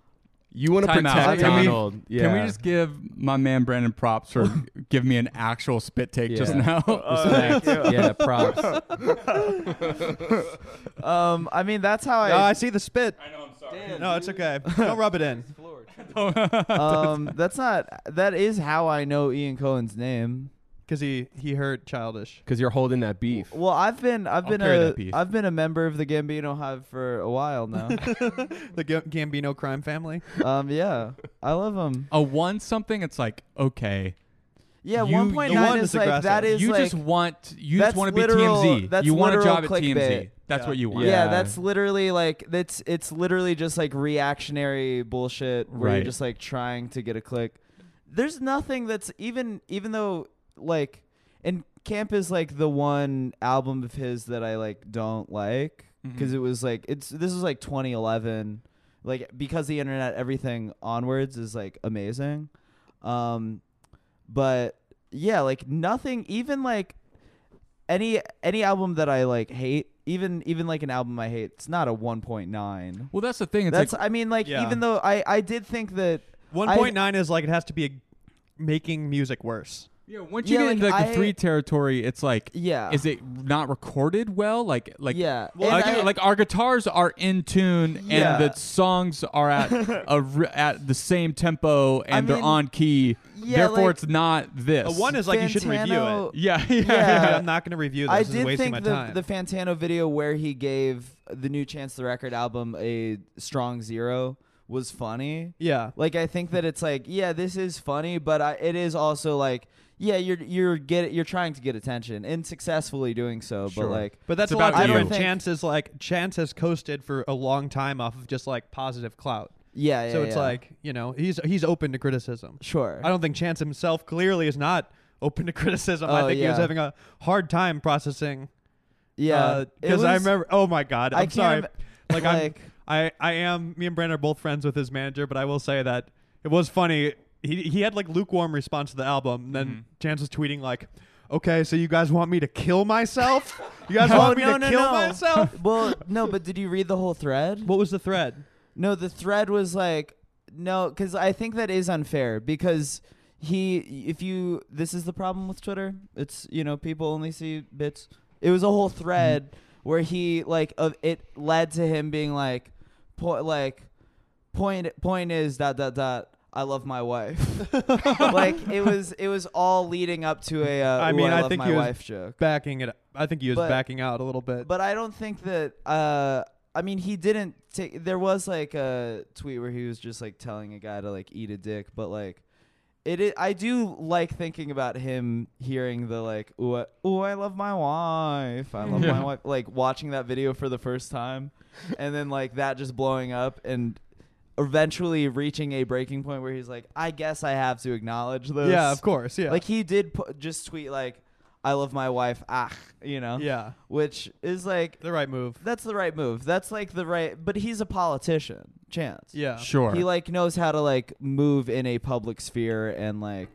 You want to Time out. protect Can we- Donald. yeah. Can we just give my man Brandon props for [laughs] giving me an actual spit take just Yeah. now? Uh, [laughs] Respect. yeah, props. Um, I mean, that's how Oh, I I. see the spit. I know I'm sorry. No, it's okay. Don't rub it in. [laughs] um, that's not. That is how I know Ian Cohen's name. Cause he he heard Childish. Because you're holding that beef. Well, I've been I've I'll been carry a that piece. I've been a member of the Gambino Hive for a while [laughs] now. The Ga- Gambino crime family. um, yeah, I love him. A one something, it's like okay. Yeah, You- one point you nine want is this like that aggressive. is you like just want you that's just want to be literal- TMZ. that's you want a literal job clickbait. at TMZ. That's Yeah. what you yeah. want. Yeah. that's literally like that's it's literally just like reactionary bullshit where you're Right. just like trying to get a click. There's nothing that's even even though like and Camp is like the one album of his that I like don't like because Mhm. it was like it's this was like 2011 like because the internet everything onwards is like amazing um but yeah like nothing even like any any album that i like hate even even like an album i hate it's not a 1.9 Well, that's the thing. It's that's like i mean like Yeah. even though i i did think that One point nine is like it has to be making music worse. yeah, once you yeah, get into like, like I- the three territory, it's like yeah is it not recorded well? Like like yeah Well, And Like, I- like our guitars are in tune Yeah. and the songs [laughs] are at a re- at the same tempo and they're mean, on key. yeah, Therefore, like- it's not this. A one is like you shouldn't review Fantano- it. [laughs] yeah, yeah, Yeah. [laughs] yeah. I'm not gonna review this. I this is did wasting my think the, time. the Fantano video where he gave the new Chance the Record album a strong zero was funny. yeah. Like I think that it's like, yeah, this is funny, but I, it is also like, yeah, you're you're get you're trying to get attention and successfully doing so, Sure. but like But that's It's a lot about you. I don't different. think- Chance is like Chance has coasted for a long time off of just like positive clout. yeah, yeah. so it's yeah. like you know he's he's open to criticism. sure. I don't uh, think Chance himself clearly is not open to [laughs] criticism. I Oh, think he was yeah. having a hard time processing. yeah. it because I was- remember. Oh my God, I I'm can't sorry. im- [laughs] Like, like- I'm, I I am. Me and Brandon are both friends with his manager, but I will say that it was funny. He he had like lukewarm response to the album. And then Chance was tweeting like. Okay, so you guys want me to kill [laughs] myself? You guys Oh, want me no, to no, kill no. myself? [laughs] Well, no, but did you read the whole thread? What was the thread? No, the thread was like, no, because I think that is unfair because he, if you, this is the problem with Twitter. It's, you know, people only see bits. It was a whole Mm-hmm. thread where he, like, of it led to him being like, po- like, point, point is dot, dot, dot. I love my wife. [laughs] like it was, it was all leading up to a. Uh, [laughs] I "Ooh, mean, I love think my he was wife joke. Backing it, I think he was But- backing out a little bit. But I don't think that. Uh, I mean, he didn't take. There was like a tweet where he was just like telling a guy to like eat a dick, but like. It, i I do like thinking about him hearing the like, ooh, I, ooh, I love my wife. I love my Yeah. wife. Like watching that video for the first time, and then like that just blowing up, and eventually reaching a breaking point where he's like, I guess I have to acknowledge this. yeah, of course. Yeah, Like he did pu- just tweet like, I love my wife. Ah, you know yeah, which is like the right move. that's the right move. That's like the right, but he's a politician. Chance. Yeah, Sure. He like knows how to like move in a public sphere and like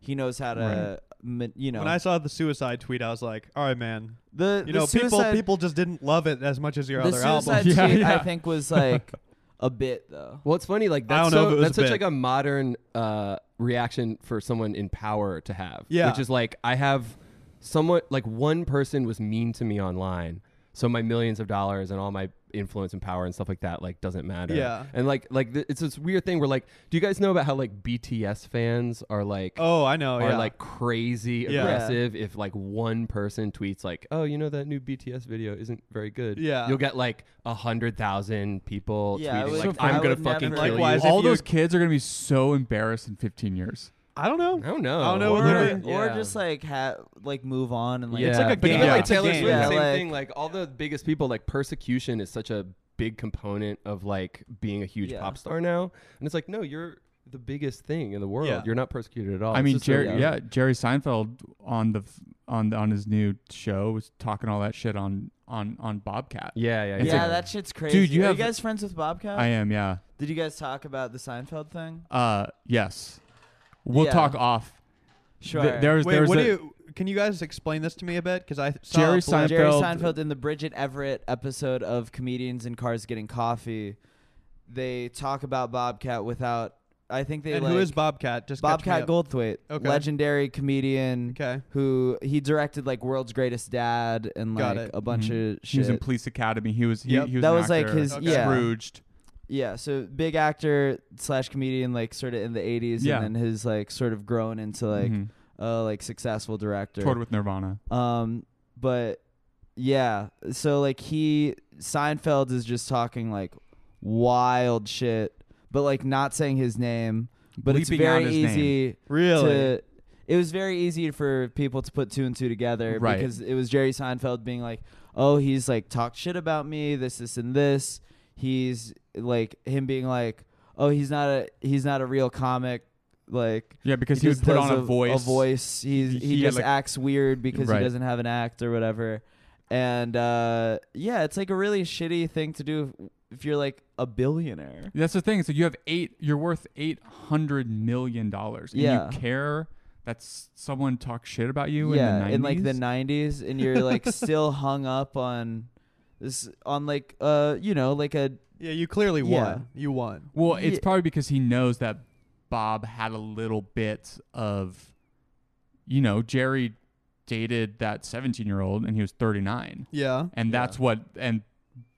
he knows how to ma- you know When I saw the suicide tweet, I was like, "All right, man. the You the know, people suicide- people just didn't love it as much as your the other suicide album." [laughs] [laughs] Yeah, tweet, I yeah. think was [laughs] like a bit though. Well, it's funny. Like I that's don't know so, if it was that's a such bit. like a modern uh, reaction for someone in power to have. Yeah. which is like I have somewhat like one person was mean to me online, so my millions of dollars and all my influence and power and stuff like that like doesn't matter. Yeah. And like like th- it's this weird thing where like do you guys know about how like BTS fans are like Oh, I know. are yeah. like crazy Yeah. aggressive if like one person tweets like, "Oh, you know that new BTS video isn't very good." Yeah. you'll get like a hundred thousand people Yeah, I tweeting would- like, So I "I'm gonna would fucking never- kill Likewise, you." if All you- those kids are gonna be so embarrassed in 15 years. I don't I know. don't know. I don't know Or- where or, it- yeah. or just like ha- like move on and like yeah. It's like a But game. even, like, Yeah. It's a Taylor game. Swift, Yeah, same like- thing. Like all the biggest people, like persecution is such a big component of like being a huge Yeah. pop star now. And it's like, no, you're the biggest thing in the world. Yeah. You're not persecuted Oh, at all. I It's mean, just a- Jerry, yeah. Jerry Seinfeld on the f- on on his new show was talking all that shit on on on Bobcat. yeah, yeah, It's yeah. yeah, like- that shit's crazy. you Are have- you guys friends with Bobcat? I am, yeah. Did you guys talk about the Seinfeld thing? Uh, yes, we'll Yeah. talk off. Sure. Th- there was there Wait, was what a, do you? Can you guys explain this to me a bit? Because I saw Jerry a blip. Seinfeld- Jerry Seinfeld in the Bridget Everett episode of Comedians in Cars Getting Coffee, they talk about Bobcat without. I think they And like who is Bobcat? Just catch me Bobcat up. Goldthwait, Okay. legendary comedian Okay. who he directed like World's Greatest Dad and like Got it. Mm-hmm. a bunch Mhm. of shit. He was in Police Academy. He was he, Yep. he was That an was, like, actor. his- Okay. yeah. Scrooged. Yeah, so big actor slash comedian, like sort of in the '80s, Yeah. and then his like sort of grown into like Mhm. Mm-hmm. uh like successful director. toured with Nirvana. Um, but yeah, so like he Seinfeld is just talking like wild shit, but like not saying his name. But it's Bleeping out very his easy Really? to. It was very easy for people to put two and two together Right. because it was Jerry Seinfeld being like, "Oh, he's like talked shit about me, this, this, and this." He's like him being like, "Oh, he's not a he's not a real comic." Like Yeah, because he he, would just put does on a, voice. A voice. He's, he, He had, just like- acts weird because Right. he doesn't have an act or whatever. And uh, yeah, it's like a really shitty thing to do if, if you're like a billionaire. That's the thing. So you have eight. You're worth eight hundred million dollars. and Yeah. You care that s- someone talks shit about you yeah, in the 90s? like the '90s, and you're like still hung up on this on like uh you know like a Yeah, you clearly Yeah. won. You won. Well, it's Yeah. probably because he knows that Bob had a little bit of, you know, Jerry dated that 17 year old and he was 39. Yeah. And Yeah. that's what, and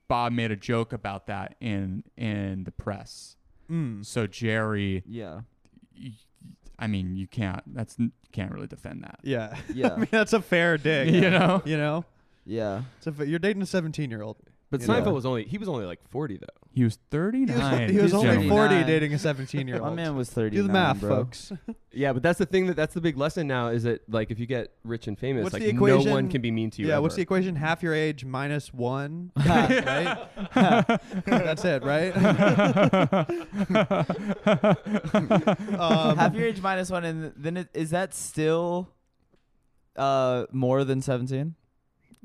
Bob made a joke about that in, in the press. Mm. So Jerry, yeah y- I mean, you can't, that's, you can't really defend that. Yeah. [laughs] I yeah mean, that's a fair dig. [laughs] You know? You know? yeah It's a fa- you're dating a 17 year old. But Yeah. Seinfeld was only he was only like forty though. He was He was, 39. he was only gentlemen. [laughs] 40 39. dating a 17 year my old. man was 30 Do the math, bro. [laughs] folks. Yeah, but that's the thing that that's the big lesson now is that like if you get rich and famous, What's like the no equation? one can be mean to you. yeah, ever. what's the equation? Half your age minus [laughs] one. right? That's it, right? half um, your age minus one and then it, is that still uh more than 17 [laughs]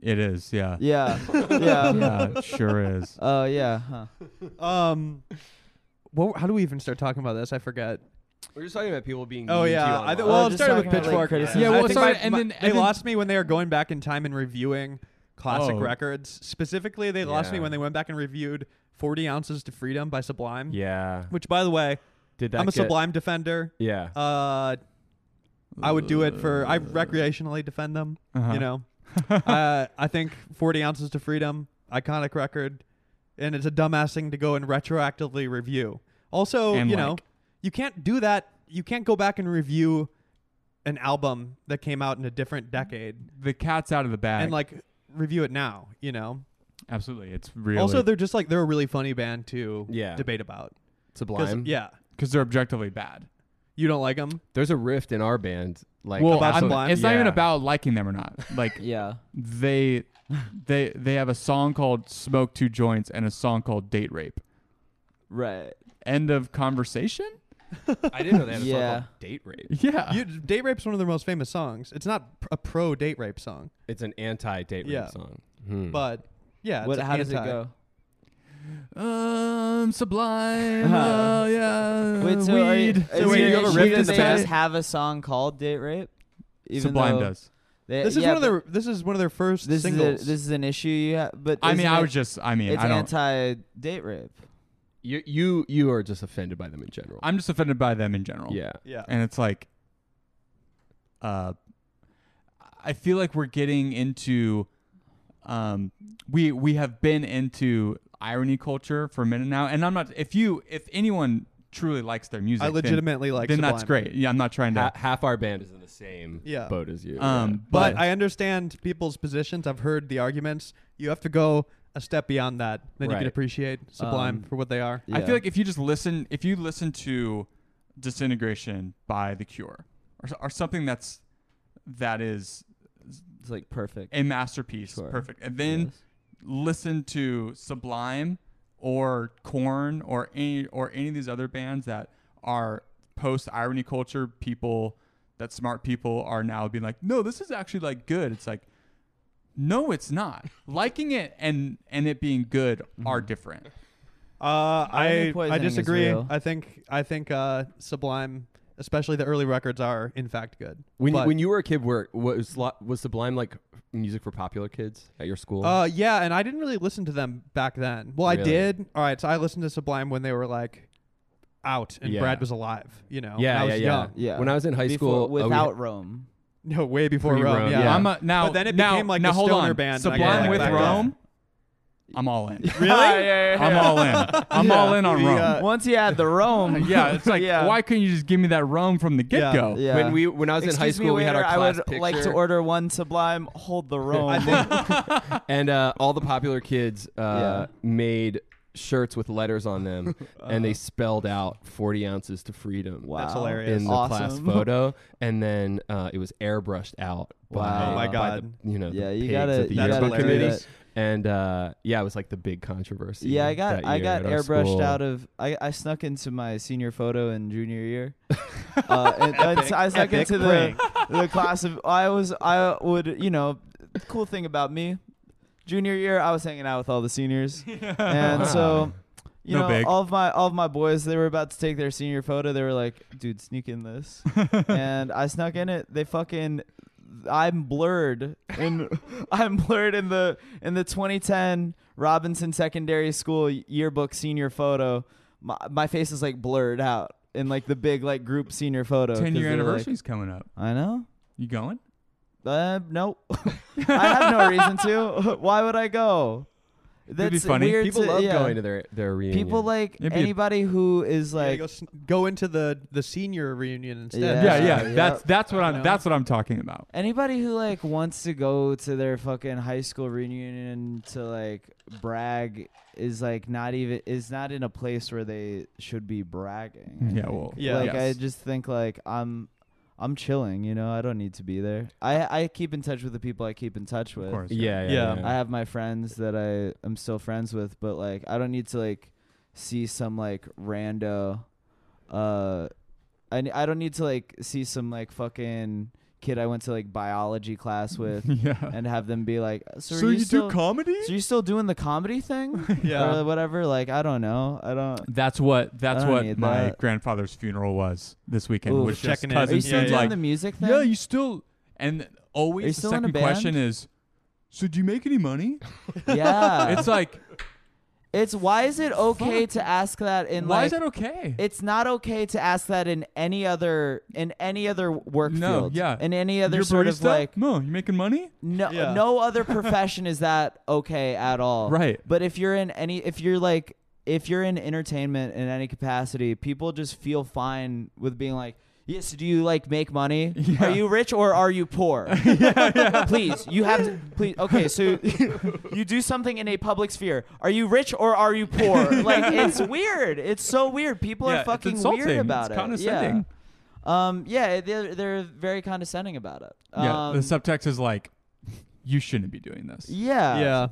It is, yeah. yeah yeah Yeah, it sure is. oh yeah huh. um, well, how do we even start talking about this? I forget. We're just talking about people being. Oh mean To you yeah, I online. th- Oh, well, it just started with talking about, Pitchfork. like, criticism. Yeah, I well, it think started- my- and my- then- they and then- lost me when they are going back in time and reviewing classic Oh. records. Specifically, they lost me Yeah. when they went back and reviewed "40 Ounces to Freedom" by Sublime. yeah. Which, by the way, Did that? I'm a get- Sublime defender. Yeah. Uh, I would do it for I recreationally defend them. Uh-huh. You [laughs] know, uh, I think "40 Ounces to Freedom" iconic record, and it's a dumbass thing to go and retroactively review. Also, And you like- know, you can't do that. You can't go back and review an album that came out in a different decade the cat's out of the bag. and like review it now. You know. absolutely, it's real. Also, they're just like they're a really funny band to Yeah. debate about. 'Cause- Sublime. Yeah, because they're objectively bad. you don't like them. There's a rift in our band. Like well, about [laughs] I'm- Sublime? it's not even Yeah. about liking them or not. Like yeah they, they, they have a song called "Smoke Two Joints" and a song called "Date Rape." right End of conversation. I didn't know they had a Yeah. song called Date Rape. Yeah, You, date rape's one of their most famous songs. It's not pr- a pro date rape song, [laughs] It's an anti-date Yeah. rape song. Hmm. but yeah. it's what how does it anti- go um, Sublime. Uh-huh. uh, yeah, wait so are you, weed. is wait, your you have a issue rift in that the they band? just have a song called date rape Even Sublime though does. they- This is Eh, yeah, one of but their. This is one of their first this is a, singles. this is an issue you have but I mean, isn't I it- was just. I mean, it's I don't. anti date rape You you you are just offended by them in general. I'm just offended by them in general. yeah. yeah. and it's like uh i feel like we're getting into um we we have been into irony culture for a minute now, and I'm not. If you, if anyone truly likes their music, I then- legitimately like. then that's Sublime. great. Yeah, I'm not trying to. Ha- half our band is in the same uh, Yeah. boat as you. Um, But but I understand people's positions. I've heard the arguments. You have to go a step beyond that. Then you Right. can appreciate Sublime Um, for what they are. I Yeah. feel like if you just listen, if you listen to "Disintegration" by The Cure, or, or something that's that is it's like perfect. a masterpiece, Sure. perfect, and then listen to Sublime or Korn or any or any of these other bands that are post irony culture people that smart people are now being like, no, this is actually like good. It's like, no, it's not. Liking it and and it being good are different. Uh, I Irony I poisoning is disagree. real. I think I think uh, Sublime, especially the early records, are in fact good. when But- when you were a kid, were was Lo- was Sublime like music for popular kids at your school? Uh, yeah, and I didn't really listen to them back then. Well, I Really? did. All right, so I listened to Sublime when they were like out and Yeah. Brad was alive. You Oh, know, yeah, and I yeah, was yeah, young. Yeah. When I was in high school, uh, we- without Rome. No, way before Rome. Pre- Rome, yeah. yeah. I'm a, now. But then it now, became like now the hold stoner on. band, and I Sublime got with back Rome. I'm [laughs] all in. Really? [laughs] I'm all in. I'm all in on The, Rome. uh, Um, Once you had the Rome, [laughs] yeah, [laughs] [laughs] it's like why couldn't you just give me that Rome from the Yeah. get go? Yeah. when we when I was Excuse in high school, me, we had our waiter, I class would picture, like to order one Sublime. Hold [laughs] the Rome. I think [laughs] and uh, all the popular kids uh, Yeah. Uh-huh. made shirts with letters on [laughs] them, and they spelled out "40 ounces to freedom." Wow. That's hilarious. in the class Awesome. photo, and then uh, it was airbrushed out. By, Wow. Oh my by God. the, you know, Yeah, the you pigs gotta- at the you gotta yearbook blur committee. that. And uh, yeah, it was like the big controversy. yeah, I got that I year got at our airbrushed school. out of I, I snuck into my senior photo in junior [laughs] year. uh, and, and so I snuck Epic into the, the class of I was I would you know cool thing about me, junior year I was hanging out with all the [laughs] seniors, and so. You No know, big. all of my all of my boys, they were about to take their senior photo. They were like, "Dude, sneak in [laughs] this," and I snuck in it. They fucking, I'm blurred in, [laughs] I'm blurred in the in the 2010 Robinson Secondary School yearbook senior photo. My my face is like blurred out in like the big like group senior photo. 'cause Ten year they're, like- anniversary's coming up. I know. You going? Uh, nope. [laughs] I have no reason to. [laughs] Why would I go? That's be funny. Weird People to- love yeah. going to their their reunion. People like It'd be a- anybody who is Yeah, like go, s- go into the the senior reunion instead. Yeah, Yeah, yeah. yeah. That's that's what I I'm know. that's what I'm talking about. anybody who like wants to go to their fucking high school reunion to like brag is like not even is not in a place where they should be bragging. I Yeah, think. well, Yeah. Like I yes. just think like I'm I'm chilling, you know. I don't need to be there. I I keep in touch with the people I keep in touch with. Of course. Yeah, yeah. Yeah. yeah. I have my friends that I am still friends with, but like I don't need to like see some like rando. Uh, I n- I don't need to like see some like fucking kid I went to like biology [laughs] class with [laughs] yeah. and have them be like, so, So, are you, you still, Uh, do comedy? [laughs] so you still doing the comedy thing Yeah. or whatever? Like I don't know. I don't. That's what that's I don't what need my that. grandfather's funeral was this weekend. Ooh. was just Checking in. Are you cousins still being doing like, the music thing? yeah, you still and Are you always the still in a second band? question is, so do you make [laughs] any money? [laughs] yeah. it's like it's why is it okay Fuck. to ask that [laughs] in why like is that okay? It's not okay to ask that in any other in any other work No, field. yeah. In any other You're sort of barista? like no, you making money? no Yeah. no other profession is that okay at all. Right. But if you're in any if you're like if you're in entertainment in any capacity, people just feel fine with being like Yes, do you like make money? Are you rich or are you [laughs] poor? [laughs] Please, you have to please okay, so you do something in a public sphere. Are you rich or are you poor? Like [laughs] it's weird. It's so weird. People Yeah, are it's fucking insulting. weird It's about it. condescending. Yeah. Um yeah, they're they're very condescending about it. yeah. The Um, subtext is like, you shouldn't be doing this. yeah. yeah.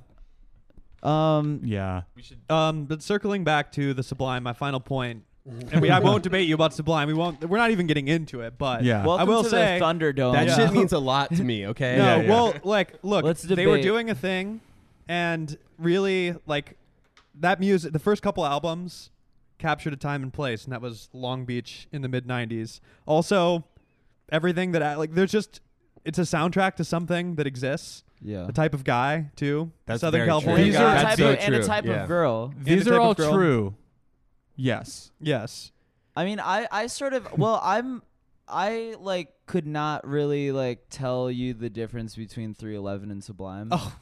Um Yeah. Um, but circling back to the Sublime, my final point, Mm-hmm. and we I won't [laughs] debate you about Sublime. We won't. We're not even getting into it. But Yeah. welcome I will to say the Thunderdome. that That Yeah. shit means [laughs] a lot to me. Okay. No, Yeah, yeah. well, like, look, Let's they were debate. doing a thing, and really, like, that music, the first couple albums captured a time and place, and that was Long Beach in the mid 90s. Also, everything that, I, like, there's just, it's a soundtrack to something that exists. yeah. The type of guy, too. That's Southern very true. California. These guy. are and a That's type so of and a true. type Yeah. of girl. These the type are of all girl. true. Yes. Yes. I mean, I I sort of well, I'm I like could not really like tell you the difference between 311 and Sublime. Oh.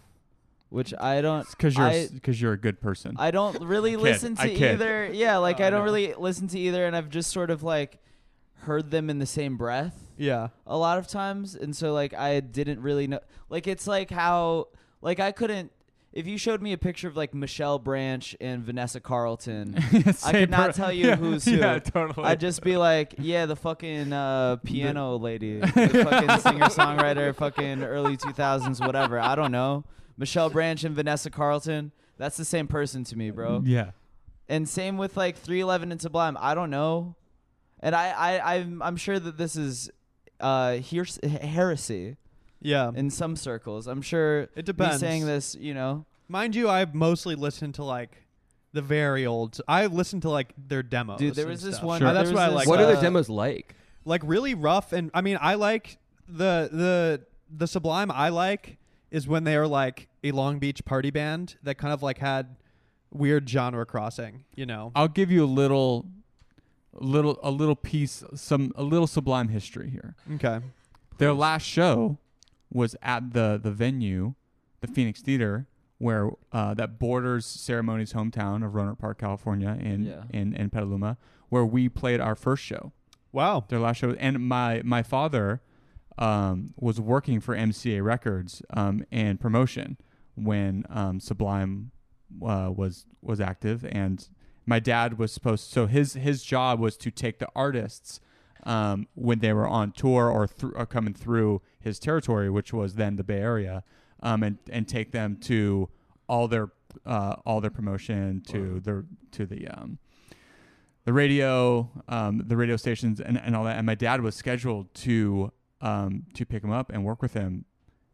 which I don't because you're I- because you're a good person. I don't really I kid, listen I to kid. either. Yeah, like Oh, I don't no. really listen to either, and I've just sort of like heard them in the same breath Yeah. a lot of times, and so like I didn't really know. Like it's like how like I couldn't. If you showed me a picture of like Michelle Branch and Vanessa [laughs] Carlton, I [laughs] Same could not per- tell you Yeah, who's who. Yeah, totally. I'd just be like, yeah, the fucking uh, piano [laughs] lady, the fucking singer songwriter, fucking early 2000s, whatever. I don't know. Michelle Branch and Vanessa Carlton. That's the same person to me, bro. yeah. And same with like 311 and Sublime. I don't know. And I, I, I'm, I'm sure that this is uh, heres- heresy Yeah. in some circles. I'm sure It me depends. saying this, you know. Mind you, I mostly listen to like the very old. I listen to like their demos. Dude, there and was this stuff. one- Uh, Sure. That's there what I was like. this, what about are it. the demos like? Like really rough, and I mean, I like the the the Sublime. I like is when they are like a Long Beach party band that kind of like had weird genre crossing. You know. I'll give you a little, little, a little piece, some a little sublime history here. Okay. Their last show was at the the venue, the Phoenix Theater, where uh, that borders Ceremony's hometown of Roanoke Park, California, in Yeah. in in Petaluma, where we played our first show. Wow. Their last show, and my my father um, was working for MCA Records um, and promotion when um, Sublime uh, was was active, and my dad was supposed. So his his job was to take the artists um, when they were on tour or, through or coming through his territory, which was then the Bay Area, um, and and take them to all their uh, all their promotion to their to the um, the radio, um, the radio stations, and, and all that. And my dad was scheduled to um, to pick him up and work with him,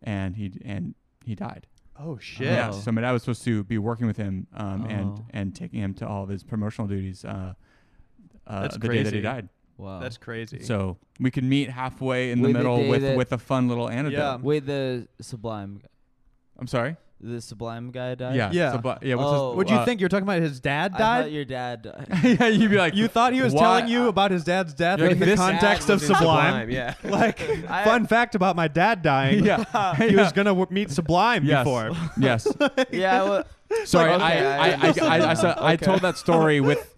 and he and he died. Oh shit. Yeah. Oh. So my dad was supposed to be working with him um, and Oh. and taking him to all of his promotional duties. Uh, uh, That's the day that crazy. he died. Wow. That's crazy. So we could meet halfway in the Wait, the middle day with that- with a fun little anecdote. Yeah. Wait, the Sublime, I'm sorry. the Sublime guy died. Yeah. Uh, Yeah. So, but, yeah. What's Oh. his, Would you [laughs] uh, think you're talking about his dad I died? thought your dad died. [laughs] [laughs] yeah. You'd be like, you thought he was why- telling you about his dad's death You're in like, the this context dad of was in Sublime. Yeah. [laughs] Like, I- fun fact about my dad dying. [laughs] Yeah. he was gonna w- meet Sublime [laughs] Yes. before. yes. yeah, well, Sorry. Like, okay, I, I, I, I- I, I, saw- I Okay. told that story with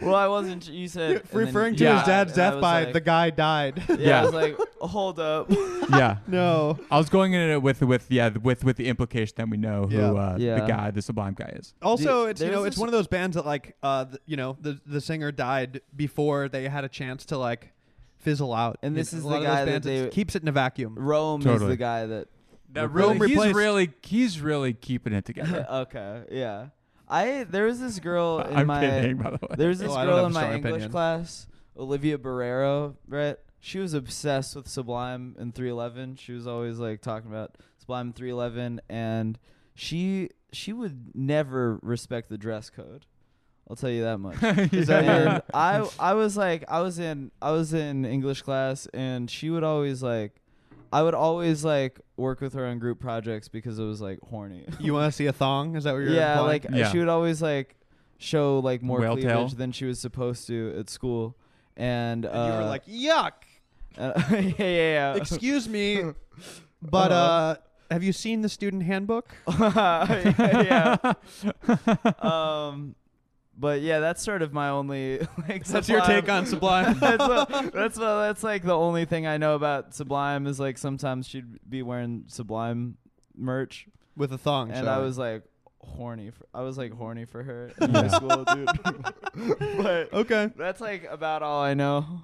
well, I wasn't. You said and then Referring you to Yeah. his dad's died, and I death was by like- the guy died. [laughs] Yeah, I Yeah. was like, hold up. yeah. no. I was going in it with with yeah with with the implication that we know who Yeah. Uh, the Yeah. guy the Sublime guy is. Also, it's you there's know it's this- one of those bands that like uh th- you know the the singer died before they had a chance to like fizzle out. And You this know, is a the lot of those guy that bands, it they- keeps it in a vacuum. Rome is Totally. the guy that. [laughs] That Rome really, he's replaced- really he's really keeping [laughs] it together. okay, yeah. I there was this [laughs] girl in I'm my kidding, by the way. there was this Oh, I don't girl have in a my strong English opinion. class, Olivia Barrero, right? She was obsessed with Sublime and 311. She was always like talking about Sublime and 311, and she she would never respect the dress code. I'll tell you that much. [laughs] Is that her? and [laughs] I I was like I was in I was in English class and she would always like I would always like work with her on group projects because it was like horny. You want to see a thong? Is that what you're? yeah, implying? like uh, Yeah. she would always like show like more Whale tail? cleavage than she was supposed to at school. And, And you were uh, like, yuck. uh, [laughs] yeah, yeah, yeah. [laughs] Excuse me, [laughs] but uh, Uh-huh. have you seen the student handbook? [laughs] yeah, yeah. Um, but yeah, that's sort of my only [laughs] like. Sublime- [laughs] Sublime. that's what, that's what, that's like the only thing I know about Sublime is like sometimes she'd be wearing Sublime merch, [laughs] With a thong. and shall I we? was like horny. For, I was like horny for her in Yeah. high school, dude. but okay. that's like about all I know.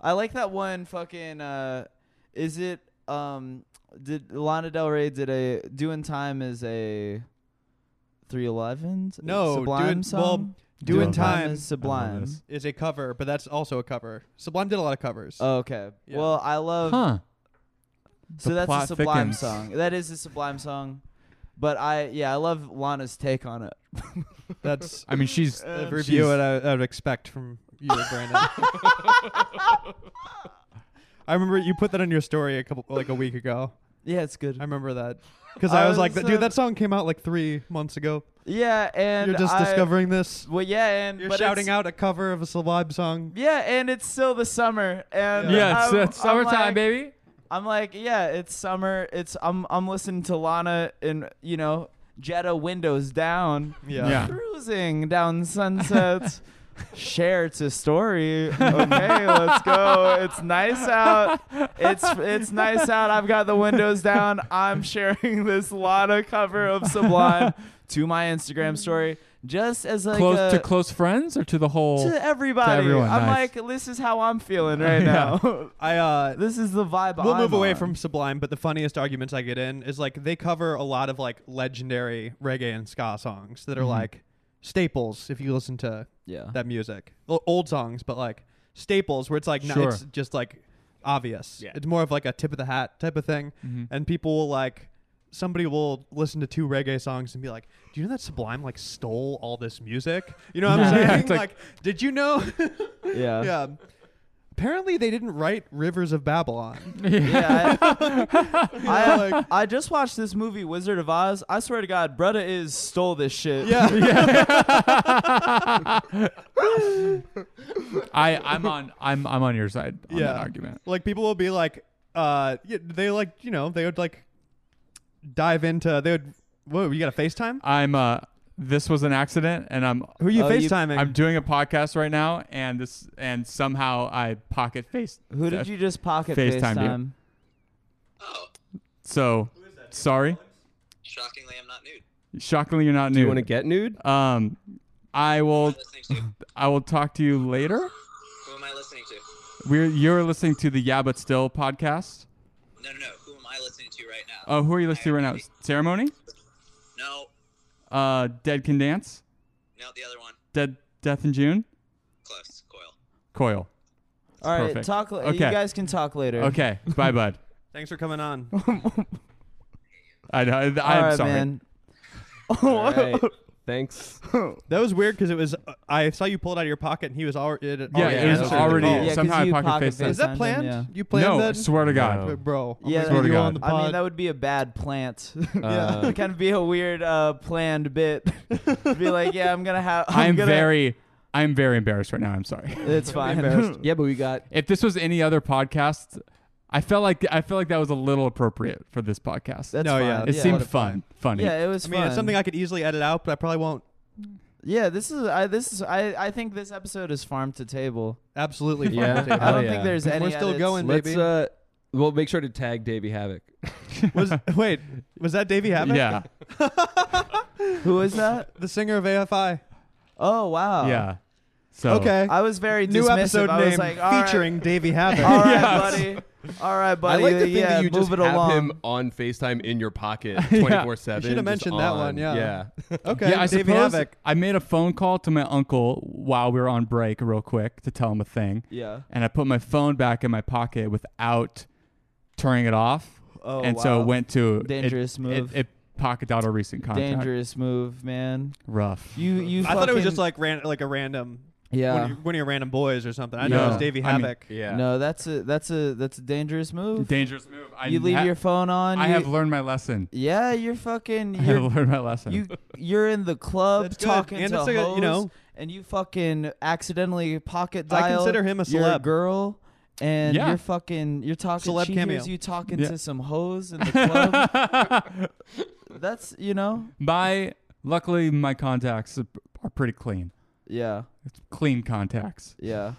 I like that one fucking. Uh, is it um? Did Lana Del Rey did a doing time is a. 311? No, Sublime Doing- well, song? Doing Doing Time is is, I love Sublime. this. a cover, but that's also a cover. Sublime did a lot of covers. Oh, okay. Yeah. Well, I love huh? So The that's a plot Sublime thickens. song. That is a Sublime song. But I, yeah, I love Lana's take on it. [laughs] that's I mean, she's the Um, review she's- that I, I would expect from [laughs] you, Brandon. I remember you put that on your story a couple like a week ago. Yeah, it's good. I remember that because I, I was like, was, dude, uh, that song came out like three months ago. yeah, and You're just I- discovering this. Well, yeah, and You're but shouting it's- out a cover of a Sublime song. Yeah, and it's still the summer, and Yeah, yeah, it's, I'm- it's I'm summertime, like, baby. I'm like, yeah, it's summer. It's I'm I'm listening to Lana and you know Jetta windows down, Yeah. Yeah. cruising down sunsets. Share it's a story. Okay, let's go. It's nice out. It's it's nice out. I've got the windows down. I'm sharing this Lana cover of Sublime to my Instagram story, just as like close a, to close friends or to the whole. to everybody. everyone, I'm nice. like, this is how I'm feeling right Yeah. now. [laughs] I uh this is the vibe. we'll I'm move away on. from Sublime, but the funniest arguments I get in is like they cover a lot of like legendary reggae and ska songs that are Mhm. like staples if you listen to Uh-huh. yeah. that music. O- Old songs, but like staples where it's like not, Sure. it's just like obvious. Yeah. It's more of like a tip of the hat type of thing. Mhm. And people will like somebody will listen to two reggae songs and be like, "Do you know that Sublime like stole all this music?" You know what I'm Yeah. saying? It's like, like- did you know? yeah. [laughs] yeah. Apparently they didn't write Rivers of Babylon. Yeah, I, I, like- I just watched this movie Wizard of Oz. I swear to God, Brutta is stole this shit. [laughs] Yeah. [laughs] I I'm on I'm I'm on your side on Yeah. that argument. like people will be like uh yeah, they like you know they would like dive into they would whoa you got a facetime I'm uh this was an accident and I'm uh, who are you Oh, you- facetiming I'm doing a podcast right now and this and somehow I pocket face Who did you just pocket FaceTimed you. FaceTime? so sorry Shockingly, I'm not nude. shockingly you're not Do new you want to get nude? um I Who will am I listening to? I will talk to you later Who am I listening to? we're you're listening to the yeah but still podcast No, no, no. Who am I listening to right now? oh who are you listening to right now ceremony No, uh dead can dance no, the other one. dead death in June Close. Coil. coil All right, Perfect. talk. la- You Okay. guys can talk later. okay bye bud thanks for coming on I know I, I'm All right, sorry man. [laughs] All right. Thanks. that was weird because it was uh, i saw you pull it out of your pocket and he was already it had Yeah, already it was answered the already- call. Yeah, Yeah, somehow 'cause I you pocket pocket FaceTimed is that planned him, you planned no that swear to God No. But bro I'm Yeah, gonna Swear get to you God. on the yeah. I mean, pod. that would be a bad [laughs] plant. Uh, kind of be a weird uh, planned bit. [laughs] be like, yeah, I'm gonna have. I'm, gonna- very I'm very embarrassed right now. I'm sorry. It's fine. [laughs] embarrassed. [laughs] yeah, but we got If this was any other podcast, I felt like I felt like that was a little appropriate for this podcast. That's No, yeah. fine. it yeah. seemed fun, funny. Yeah, it was I mean, fun. it's something I could easily edit out, but I probably won't. Yeah, this is I this is I I think this episode is farm to table. Absolutely. fucking Yeah. take it. I Hell don't yeah. think there's any. We're still edits. going. let's maybe. uh well make sure to tag Davey Havoc. was wait, was that Davey Havoc? yeah, Who is that? the singer of AFI. Oh wow. yeah. So okay, I was very new dismissive. episode I was name like, all right, featuring [laughs] Davey Havoc. All right, [laughs] Yes. buddy. All right, buddy. I like to think uh, yeah, that you move just it have along. him on FaceTime in your pocket 24 7. You should have mentioned that one, yeah. Yeah. Okay, Yeah, I Davey suppose Havoc. I made a phone call to my uncle while we were on break, real quick, to tell him a thing, Yeah. and I put my phone back in my pocket without turning it off, Oh and wow. so it went to it- dangerous It, move. it, pocketed out a recent contact. dangerous move, man. Rough. You you. I thought it was fucking- just like ran, like a random one, Yeah. of your, one of your random boys or something. I know it was Yeah. Davey I mean- Havoc. Yeah. No, that's a that's a that's a dangerous move. Dangerous move. I you leave ha- your phone on. I you- have learned my lesson. Yeah, you're [laughs] fucking. [laughs] I have You're, learned my lesson. you you're in the club That's good. talking And to it's like a- you hoes, know- and you fucking accidentally pocket I dial. consider him a Your celeb. girl, and Yeah. you're fucking. You're talking. Celeb she cameo. hears you talking Yeah. to some hoes in the club. [laughs] That's you know. my luckily my contacts are are pretty clean. Yeah, It's clean contacts. yeah.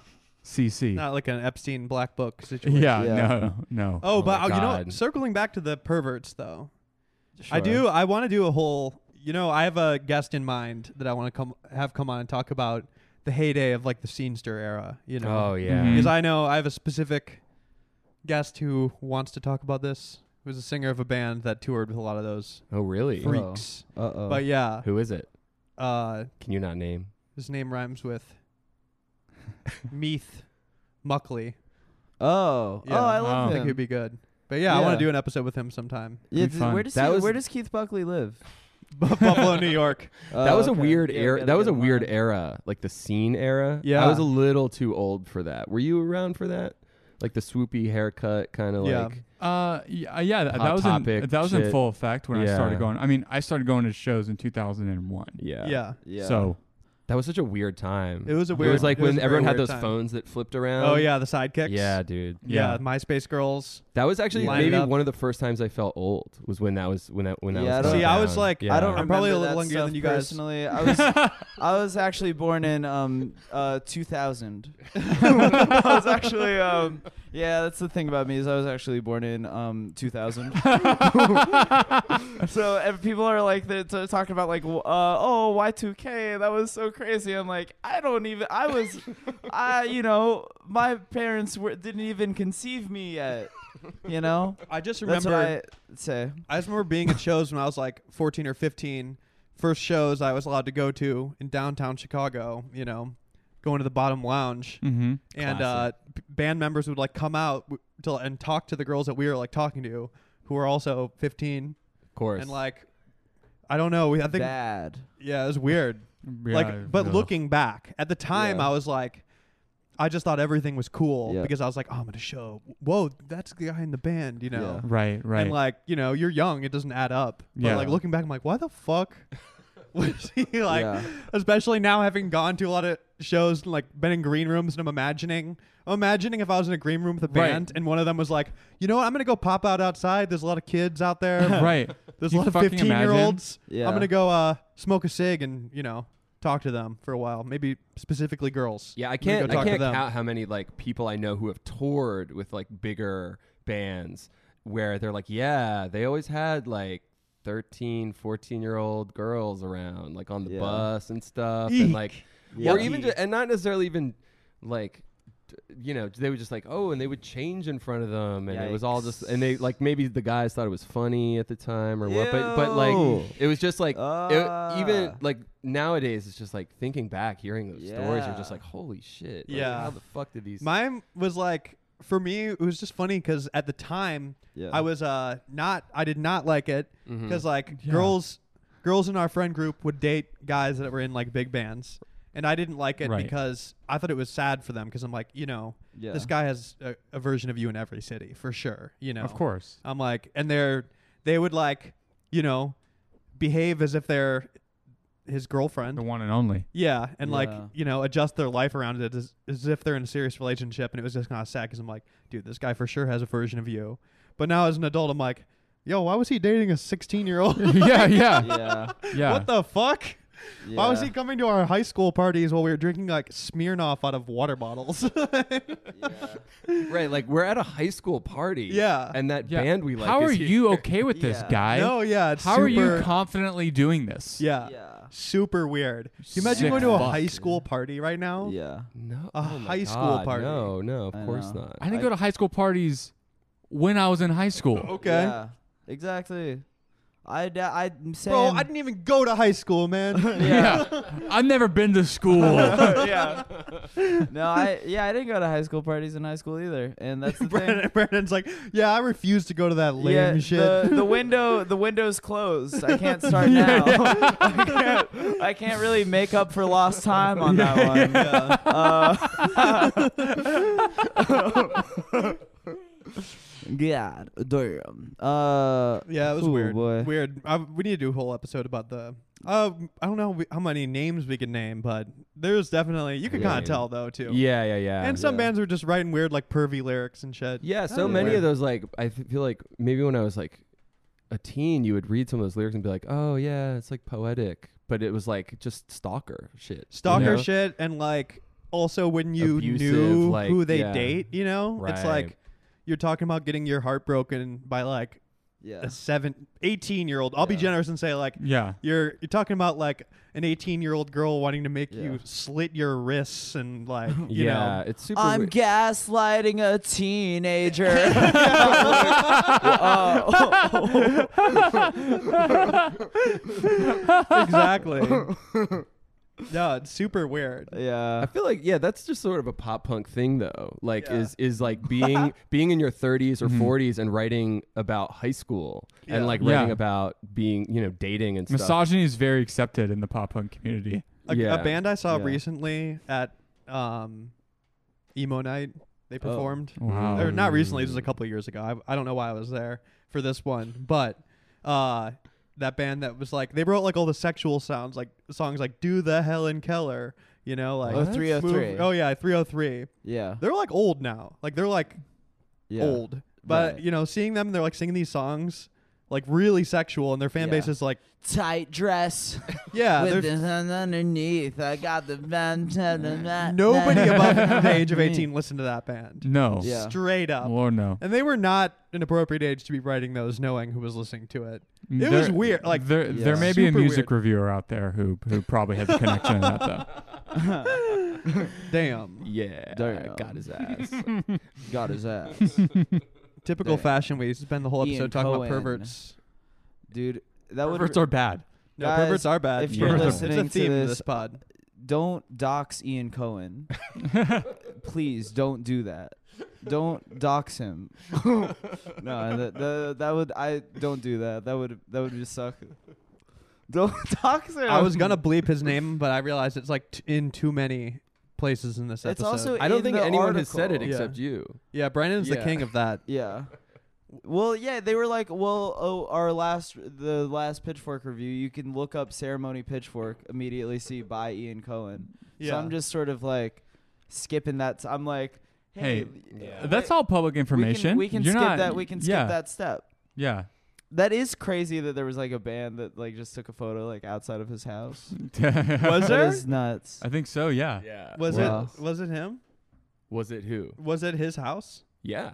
CC. Not like an Epstein black book situation. [laughs] yeah, Yeah. no, no. Oh, Oh but my uh, you know, God. circling back to the perverts though, I Sure. do. I want to do a whole. You know, I have a guest in mind that I want to come have come on and talk about the heyday of like the scenester era. You know, Mm-hmm. Oh yeah. Mhm. because I know I have a specific guest who wants to talk about this. Who's a singer of a band that toured with a lot of those Oh really? Freak. freaks. Uh oh. But yeah, Who is it? uh, Can you not name? his name rhymes with [laughs] Meath Muckley. Oh, Yeah. oh, I love Oh. I him. think he'd be good. But yeah, I want Yeah. to do an episode with him sometime. [laughs] yeah, It'd be d- where fun. does That he, was- where does Keith Buckley live? Buffalo, New York. that Oh, was okay. a weird Yeah, we era. gotta That was get a him weird on. era, like the scene era. Yeah. I was a little too old for that. Were you around for that? Like the swoopy haircut, kind of Yeah. like. Uh, yeah, yeah that, Hot that was in, Topic that was in shit. full effect when I Yeah. started going. I mean, I started going to shows in 2001. [laughs] Yeah. Yeah. Yeah. So That was such a weird time. It was a It weird- was like it was when a very everyone had weird those time. phones that flipped around. oh yeah, the sidekicks. Yeah, dude. yeah, Yeah. MySpace girls. That was actually Line it maybe up. one of the first times I felt old was when that was when that when that Yeah, I was. don't- going See, I was down. like- yeah. I don't. I'm probably a remember little that younger stuff than you guys. Personally, I was. [laughs] I was actually born in um uh [laughs] 2000. [laughs] I was actually um yeah. That's the thing about me is I was actually born in um [laughs] 2000. so if people are like they're t- talking about like w- uh oh Y2K that was so crazy. I'm like I don't even. I [laughs] was. I you know my parents were didn't even conceive me yet. You [laughs] know. I just That's remember. what I say. I just remember being at shows when I was like 14 or 15. First shows I was allowed to go to in downtown Chicago, you know, going to the bottom lounge. Mm, mm-hmm. And uh, p- band members would like come out w- to, and talk to the girls that we were like talking to who were also 15. of course. And like, I don't know. we- I think, Bad. yeah, it was weird. like, but looking back at the time, Yeah. I was like, I just thought everything was cool Yeah. because I was like, oh, I'm going to show. Whoa, that's the guy in the band, you Yeah. know? right, right. [laughs] And like, you know, you're young, it doesn't add up. But Yeah. like looking back, I'm like, why the fuck [laughs] was he like Yeah. especially now having gone to a lot of shows and like been in green rooms and I'm imagining I'm imagining if I was in a green room with a Right. band and one of them was like, you know what, I'm gonna go pop out outside. There's a lot of kids out there. [laughs] right. There's a You lot of fucking fifteen year imagine? olds. Yeah. I'm gonna go uh smoke a cig and, you know, talk to them for a while. Maybe specifically girls. yeah, I I'm gonna can't. go I talk to can't them. count how many like people I know who have toured with like bigger bands where they're like, yeah, they always had like 13, 14 year old girls around, like on the Yeah. bus and stuff, and like, or Yucky. even ju- and not necessarily even like. d- You know, they were just like, oh, and they would change in front of them, and it was all just, and they like maybe the guys thought it was funny at the time or what, but but Ew. like it was just like it, even Ah. like nowadays it's just like thinking back hearing those stories you're Yeah. just like holy shit like, Yeah. how the fuck did these Mine was like for me, it was just funny because at the time Yeah. Mm-hmm. I was uh not I did not like it Mhm. because like Yeah. girls girls in our friend group would date guys that were in like big bands and I didn't like it Right. because I thought it was sad for them because I'm like you know Yeah. this guy has a, a version of you in every city for sure you know Of course. I'm like and they're they would like you know behave as if they're his girlfriend The one and [laughs] only. yeah, and like Yeah. you know, adjust their life around it as, as if they're in a serious relationship, and it was just kind of sad because I'm like, dude, this guy for sure has a version of you. But now as an adult, I'm like, yo, why was he dating a 16 year [laughs] [laughs] old? yeah, [laughs] yeah, yeah. yeah. What the fuck? yeah. Why was he coming to our high school parties while we were drinking like Smirnoff out of water bottles? [laughs] right like we're at a high school party Yeah. and that Yeah. band we like How is are here. you okay with this, Yeah. guy? no, yeah, it's How are super- you confidently doing this? [laughs] yeah, Yeah. super weird. Can you imagine Sick going to a fuck, high school party right now? Yeah. no A oh my high school God, party. no no of I course know. not I didn't go to high school parties when I was in high Oh, school. Okay. Yeah. Exactly. I da- I saying. Bro, [laughs] I didn't even go to high school, man. Yeah. [laughs] I've never been to school. yeah. [laughs] No, I yeah, I didn't go to high school parties in high school either, and that's the thing. [laughs] Brandon, Brandon's like, yeah, I refuse to go to that lame yeah, shit. [laughs] the the window the window's closed. I can't start now. [laughs] I, can't, I can't really make up for lost time on that [laughs] one. Yeah. [laughs] God damn. Uh, Yeah, it was Ooh, weird. boy. Weird. I, we need to do a whole episode about the. Uh, I don't know we- how many names we can name, but there's definitely you can Yeah. kind of tell though too. yeah yeah yeah And some Yeah. bands were just writing weird like pervy lyrics and shit. yeah so yeah. many Where- of those like I f- feel like maybe when I was like a teen you would read some of those lyrics and be like oh yeah it's like poetic but it was like just stalker shit Stalker shit. shit and like also when you Abusive, knew like, who they yeah. date, you know, it's Right. like you're talking about getting your heart broken by like yeah. a seven, 18 year old. I'll be Yeah. generous and say like yeah. You're you're talking about like an 18 year old girl wanting to make Yeah. you slit your wrists and [laughs] like you know yeah it's super I'm weird. gaslighting a [laughs] teenager. [laughs] exactly. yeah, it's super weird. I yeah. feel like yeah, that's just sort of a pop punk thing though. Like Yeah. is [laughs] is like being being in your 30s or 40s and writing about high school and like writing Yeah. about being, you know, dating and stuff. Misogyny is very accepted in the pop punk community. A, Yeah, a band I saw yeah. recently at um, emo night, Oh, they performed. Wow. Or not recently, this was a couple of years ago. I, I don't know why I was there for this one, but uh, that band that was like they wrote like all the sexual sounds like songs like "Do the Helen Keller," you know, like Oh, 303. Move- Oh yeah, 303. Yeah. They're like old now. Like they're like yeah. old. But Right. you know, seeing them, they're like singing these songs, like really sexual, and their fan Yeah. base is like, Tight dress. yeah, with there's this [laughs] underneath. I got the band. Mm. nobody [laughs] above the age of Me. eighteen listened to that band, No. Yeah. straight up. Lord no. And they were not an appropriate age to be writing those, knowing who was listening to it. It There- was weird. Like there, Yeah. there may be a Super music weird. reviewer out there who who probably has a connection to [laughs] that though. Damn. Yeah, Damn. [laughs] got his ass. Got his ass. Typical Damn. fashion. We spend the whole episode Ian talking Cohen. about perverts. Dude, that would Perverts are bad. No, Guys, perverts are bad. if you're Perverts are- it's a listening to theme this- this [laughs] pod. don't dox Ian [laughs] Cohen. Please don't do that. Don't dox [laughs] him. no, that, that that would I don't do that. That would that would just suck. Don't [laughs] dox him. I was gonna bleep his name, but I realized it's like t- in too many places in this It's episode. also- I don't In think the anyone has said it article. except you. yeah, Brandon's the Yeah. king of that. Yeah. Well, yeah, they were like, well, oh, our last, the last Pitchfork review, you can look up Ceremony Pitchfork, immediately see by Ian Cohen. [laughs] So Yeah. I'm just sort of like skipping that. i I'm like, hey, Hey, That's all public we can- information. We can, You're skip not- that. We can skip yeah, that step. Yeah. That is crazy that there was like a band that like just took a photo like outside of his [laughs] house. [laughs] Was That there? is nuts. I think so. Yeah. Yeah. Was Wow. it was it him? Was it who? Was it his house? Yeah.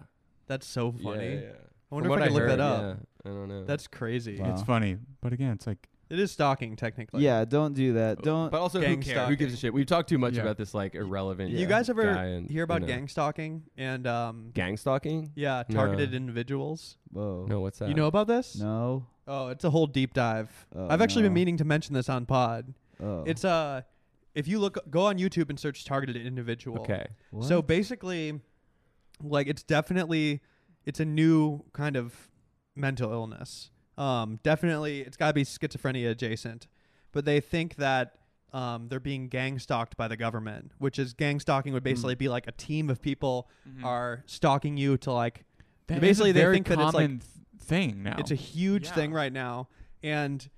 That's so Yeah, funny. Yeah, yeah. I wonder From if what I can look heard, that up. yeah. I don't know. That's crazy. Wow. It's funny, but again, it's like It is stalking technically. yeah, don't do that. Don't. But also, who, Gang cares? who gives a stalking. shit? We've talked too much Yeah. about this like irrelevant. You guys ever guy and, hear about you know. gang stalking and um gang stalking? yeah, No. targeted individuals? Whoa. No, what's that? You know about this? No. Oh, it's a whole deep dive. Oh, I've actually been no. meaning to mention this on pod. Oh. It's uh if you look go on YouTube and search targeted individual. Okay. What? So basically like it's definitely it's a new kind of mental illness. Um definitely it's got to be schizophrenia adjacent. But they think that um, they're being gang stalked by the government, which is gang stalking would basically be like a team of people are stalking you to like that is a basically they very think that it's like common th- thing now. it's a huge Yeah. thing right now. And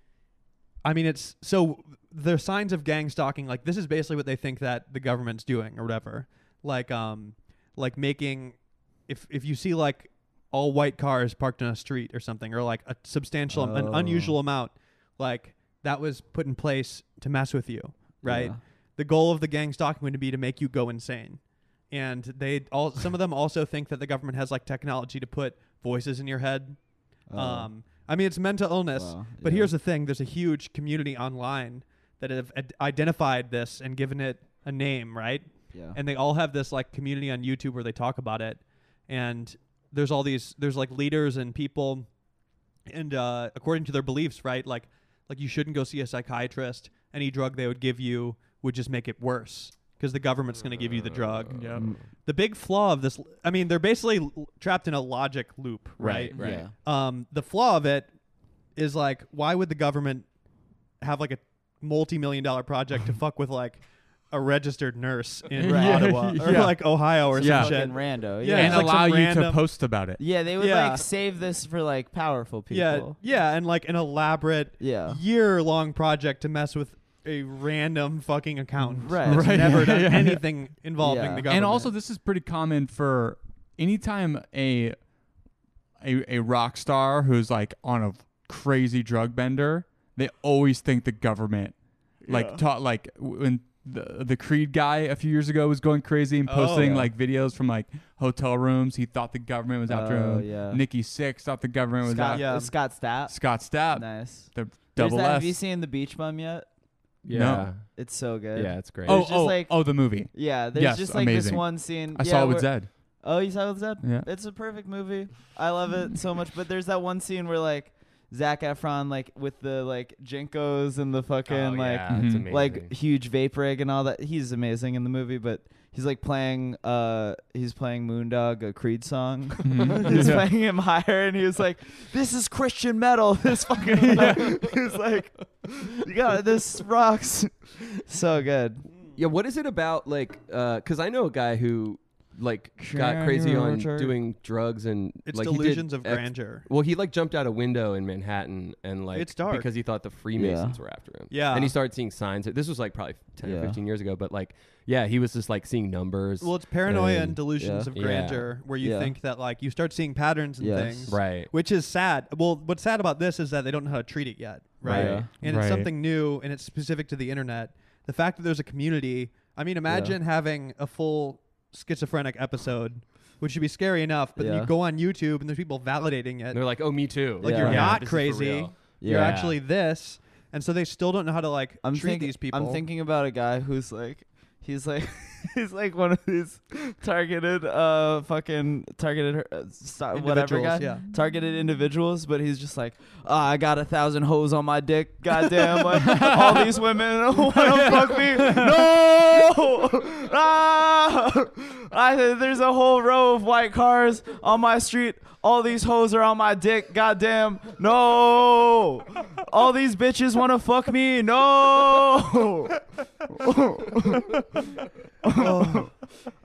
I mean, it's so the signs of gang stalking, like this is basically what they think that the government's doing or whatever. Like, um, like making, if, if you see like all white cars parked on a street or something, or like a substantial, an Oh. unusual amount, like that was put in place to mess with you. Right. Yeah. The goal of the gang stalking would be to make you go insane. And they all, some of them also think that the government has like technology to put voices in your head Oh. um, I mean, it's mental illness, Wow, but yeah. here's the thing: there's a huge community online that have ad- identified this and given it a name, right? yeah. And they all have this like community on YouTube where they talk about it, and there's all these there's like leaders and people, and uh, according to their beliefs, right? Like, like you shouldn't go see a psychiatrist. Any drug they would give you would just make it worse because the government's going to give you the drug. Yep. The big flaw of this, I mean, they're basically l- trapped in a logic loop, right? Right. Yeah. um, the flaw of it is like why would the government have like a multi-million dollar [laughs] project to fuck with like a registered nurse in Right. Ottawa [laughs] or Yeah. like Ohio or Yeah. some shit. Fucking rando. Yeah, Yeah. and it's like allow some you to random- post about it. Yeah, they would Yeah. like save this for like powerful Yeah, people. yeah, and like an elaborate Yeah. year-long project to mess with a random fucking accountant Right. that's Right. [laughs] never done Yeah. anything involving Yeah. the And government. And also, this is pretty common for anytime a a a rock star who's like on a crazy drug bender, they always think the government like taught like when the the Creed guy a few years ago was going crazy and Oh. posting Yeah. like videos from like hotel rooms. He thought the government was after Oh, him. yeah. Nikki Six thought the government was Scott, after Yeah. Scott Stapp. Scott Stapp. nice. The There's double that- S. Have you seen The Beach Bum yet? Yeah. It's so good. Yeah, it's great. oh, just oh, like- oh, the movie. Yeah, there's Yes, just like this amazing. one scene. I yeah, saw it with where- Zed. Oh, you saw it with Zed? Yeah. It's a perfect movie. I love it so much. But there's that one scene where like Zach Efron like with the like Jinkos and the fucking Oh, like yeah, it's Mhm. amazing. Mm. like huge vape rig and all that. He's amazing in the movie, but he's like playing uh he's playing Moondog, a Creed song. [laughs] Mhm. he's Yeah. playing him higher and he was like, This is Christian metal. [laughs] This fucking he's like You got it, this rocks. [laughs] so good. Yeah, what is it about like uh 'cause cuz I know a guy who like got crazy on January. doing drugs and It's like he did delusions of ex- grandeur. Well, he like jumped out a window in Manhattan and like It's dark. because he thought the Freemasons were after him. Yeah. and he started seeing signs. This was like probably ten or Yeah. fifteen years ago, but like yeah, he was just like seeing numbers. Well, it's paranoia and, And- delusions Yeah. of Yeah. grandeur where you Yeah. think that like you start seeing patterns and Yes. things, right. Which is sad. Well, what's sad about this is that they don't know how to treat it yet, right? Right. And Right. it's something new and it's specific to the internet. The fact that there's a community. I mean, imagine having a full schizophrenic episode, which should be scary enough, but then Yeah. you go on YouTube and there's people validating it. And they're like, oh, me too. like Yeah. you're Yeah, not this is for crazy. real. You're Yeah. actually this. And so they still don't know how to like I'm treat think- these people. I'm thinking about a guy who's like, he's like, [laughs] he's like one of these targeted, uh, fucking targeted, uh, so- whatever guy, Individuals, yeah. targeted individuals. But he's just like, "Ah, I got a thousand hoes on my [laughs] dick. Goddamn, like all these women [laughs] want to fuck me. No, [laughs] ah! I, there's a whole row of white cars on my street. All these hoes are on my dick. Goddamn, no. All these bitches want to fuck me. [laughs] No. Oh.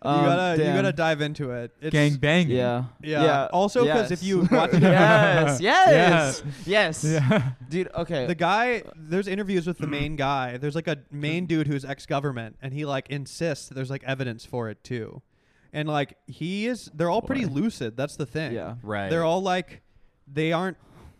Um, you gotta you damn. gotta dive into it. It's, Gang banging. Yeah. Yeah. Also, 'cause if you watch- [laughs] yes, yes, Yeah. yes, [laughs] Yeah. dude. Okay. The guy, there's interviews with the Mm-hmm. main guy. There's like a main dude who's ex-government, and he like insists that there's like evidence for it too, and like he is. They're all pretty lucid. That's the thing. Yeah. Right. They're all like, they aren't.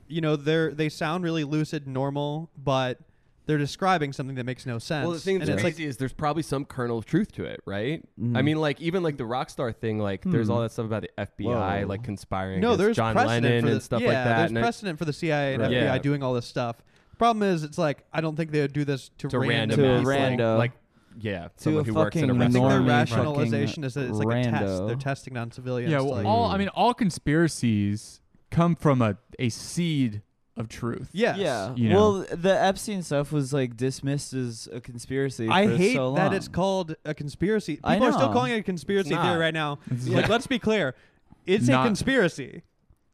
You know, they're they sound really lucid, normal, but they're describing something that makes no sense. Well, the thing and that's it's crazy like is Mm-hmm. there's probably some kernel of truth to it, right? I mean, like even like the rock star thing, like there's all that stuff about the FBI Whoa. like conspiring no, against there's John precedent Lennon for the, and stuff yeah, like that. There's and I- precedent for the CIA and Right. FBI Yeah. doing all this stuff. Problem is, it's like I don't think they would do this to, to random, To a ass, like- rando. like, yeah, a someone who works in a fucking I restaurant. think their normie rationalization fucking is that it's like a test. rando. They're testing on civilians. Yeah. to, Well, like- all I mean, all conspiracies come from a a seed of truth. Yes. Yeah. you know. Well, the Epstein stuff was like dismissed as a conspiracy. I for hate so that long. it's called a conspiracy. People I are still know. calling it a conspiracy It's theory not. [laughs] right now. Yeah. Like, let's be clear, it's Not- a conspiracy.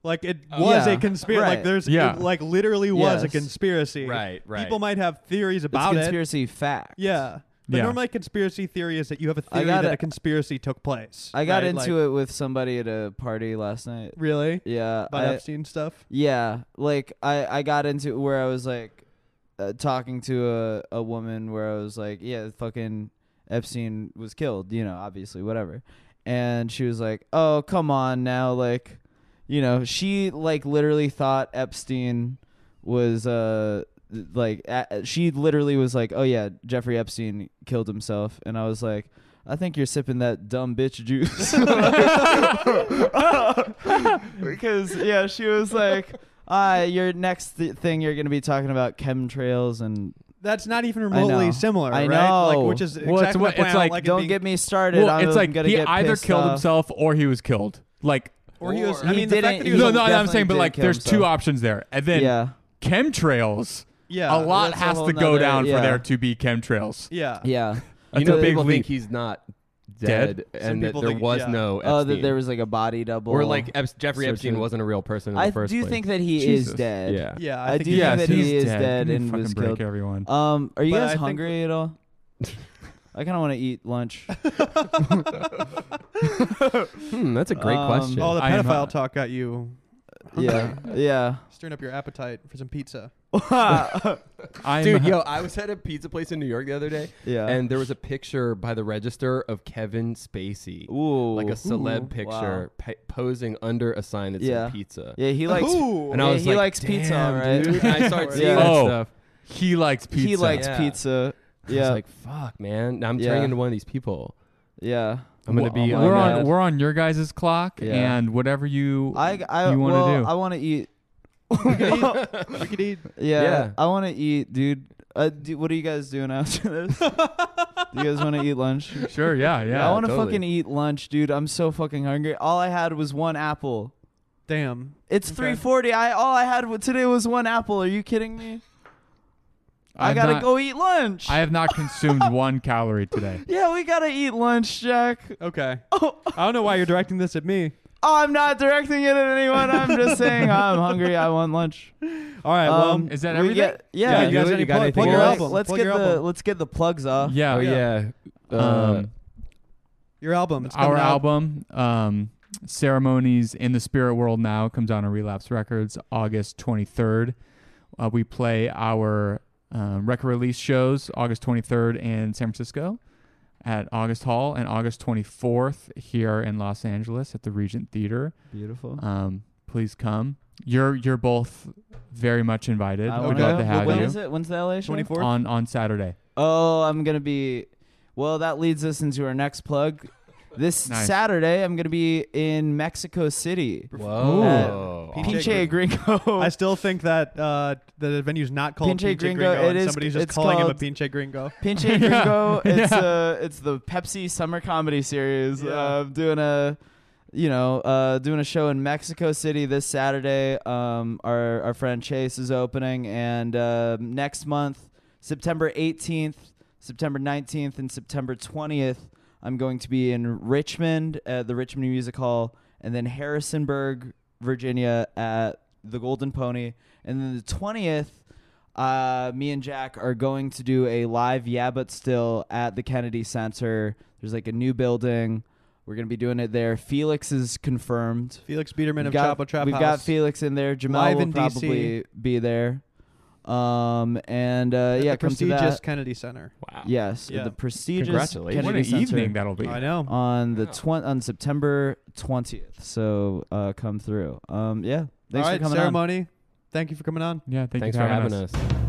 Like it was a Oh. Yeah. conspiracy. Like Right. there's, Yeah. it, like literally was a Yes. conspiracy. Right, right. People might have theories It's about it. conspiracy fact. Yeah. But Yeah. normally, conspiracy theory is that you have a I theory got that it. a conspiracy took place. I got right? into it with somebody at a party last night. Really? Yeah. About I, Epstein stuff. Yeah, like I I got into where I was like uh, talking to a a woman where I was like, yeah, fucking Epstein was killed, you know, obviously, whatever. And she was like, "Oh, come on now, like, you know, she like literally thought Epstein was uh like a- she literally was like, "Oh yeah, Jeffrey Epstein killed himself." And I was like, I think you're sipping that dumb bitch juice. [laughs] because yeah, she was like, "Uh, your next th- thing you're going to be talking about chemtrails and That's not even know. remotely similar, I right? know. Like, which is Well, it's exactly what- the point it's I like, like it don't being- get me started." Well, I'm it's like gonna he get either pissed killed off. himself or he was killed. Like Or he was. I Or- He mean, the fact didn't- that he he was. no, a- no, I'm definitely saying, but did like kill there's two himself. options there, and then Yeah, chemtrails. yeah. a lot that's a has whole to go nother- down for yeah. there to be chemtrails. Yeah. yeah. You That's know, a big people leap. think he's not Dead? dead, Some and that people there think- was yeah. no. Epstein. Oh, that there was like a body double, or like Eps- Jeffrey So Epstein true. wasn't a real person in I the first do place. think that he Jesus. is dead. Yeah. Yeah. I do think think that's- that he's he is dead. dead Give me and a was fucking break, killed. Everyone. Um, are you But I guys think hungry at [laughs] all? I kind of want to eat [laughs] lunch. [laughs] Hmm, that's a great Um, question. [laughs] Oh, the I am uh, pedophile not- talk got you yeah, yeah. stirring up your appetite for some pizza. I'm, Dude, [laughs] yo, I was at a pizza place in New York the other day, Yeah. and there was a picture by the register of Kevin Spacey, Ooh, like a celeb Ooh. picture, p- posing under a sign that said Yeah. pizza. Yeah, he likes. Ooh. And I Yeah, was he like, likes pizza, "Damn, right?" dude." And [laughs] I started seeing Yeah. that Oh, stuff. he likes pizza. He likes Yeah. pizza. I was Yeah, like, "Fuck, man! Now I'm Yeah. turning into one of these people. yeah. I'm gonna Well, be. oh my we're God. on we're on your guys' clock, Yeah. and whatever you I, I you want to well, do. I want to eat. [laughs] We could [laughs] eat. We could eat. Yeah, Yeah. I want to eat, dude. Uh, do, what are you guys doing after [laughs] this? do you guys want to eat lunch? sure, yeah, [laughs] yeah. I want to totally. fucking eat lunch, dude. I'm so fucking hungry. All I had was one apple. Damn. It's Okay. 3:40. I all I had w- today was one apple. Are you kidding me? I I've gotta not- go eat lunch. I have not [laughs] consumed one calorie today. yeah, we gotta eat lunch, Jack. [laughs] Okay. I don't know why you're directing this at me. Oh, I'm not directing it at anyone. I'm just saying I'm [laughs] hungry. I want lunch. All right. Um, well, Is that we everything? get- yeah, you guys you got any got plug, anything plug Well, your else? let's- album. Let's plug get your the album. let's get the plugs off. yeah, Oh yeah. yeah. Um, Um, Your album. It's our coming out. album um ceremonies in the spirit world now comes out on relapse records august 23rd uh, we play our uh, record release shows august 23rd in san francisco at august hall and august 24th here in los angeles at the regent theater Beautiful. um please come you're you're both very much invited I wanna we'd go. love Well, to have when you is it? When's the LA show? 24th? on on saturday Oh, I'm gonna be. Well, that leads us into our next plug. This Nice. Saturday, I'm gonna be in Mexico City. Whoa. Ooh. Awesome. Pinche Gringo. I still think that uh, the venue's not called Pinche Pinche, Gringo, Gringo, it and is- somebody's just it's calling him a called- Pinche Gringo. Pinche Gringo. It's uh, it's the Pepsi Summer Comedy Series. Yeah. Uh, I'm doing a, you know, uh, doing a show in Mexico City this Saturday. Um, our our friend Chase is opening, and uh, next month, September 18th, September 19th, and September 20th, I'm going to be in Richmond at the Richmond Music Hall, and then Harrisonburg, Virginia, at the Golden Pony, and then the 20th uh, me and Jack are going to do a live Yeah But Still at the Kennedy Center. There's like a new building. We're going to be doing it there. Felix is confirmed. Felix Biederman We've got, of Chapo Trap we've House. got Felix in there. Jamal Live will in DC. probably be there. Um, and uh, at yeah, the come to prestigious that. Kennedy Center. Oh, Wow. Yes, at Yeah. the prestigious Congratulations. Kennedy what an Center evening that'll be I know. on the Wow. twen- on September 20th. So uh, come through. Um, yeah, thanks All for right, coming on. ceremony. Thank you for coming on. yeah thank Thanks you for having us.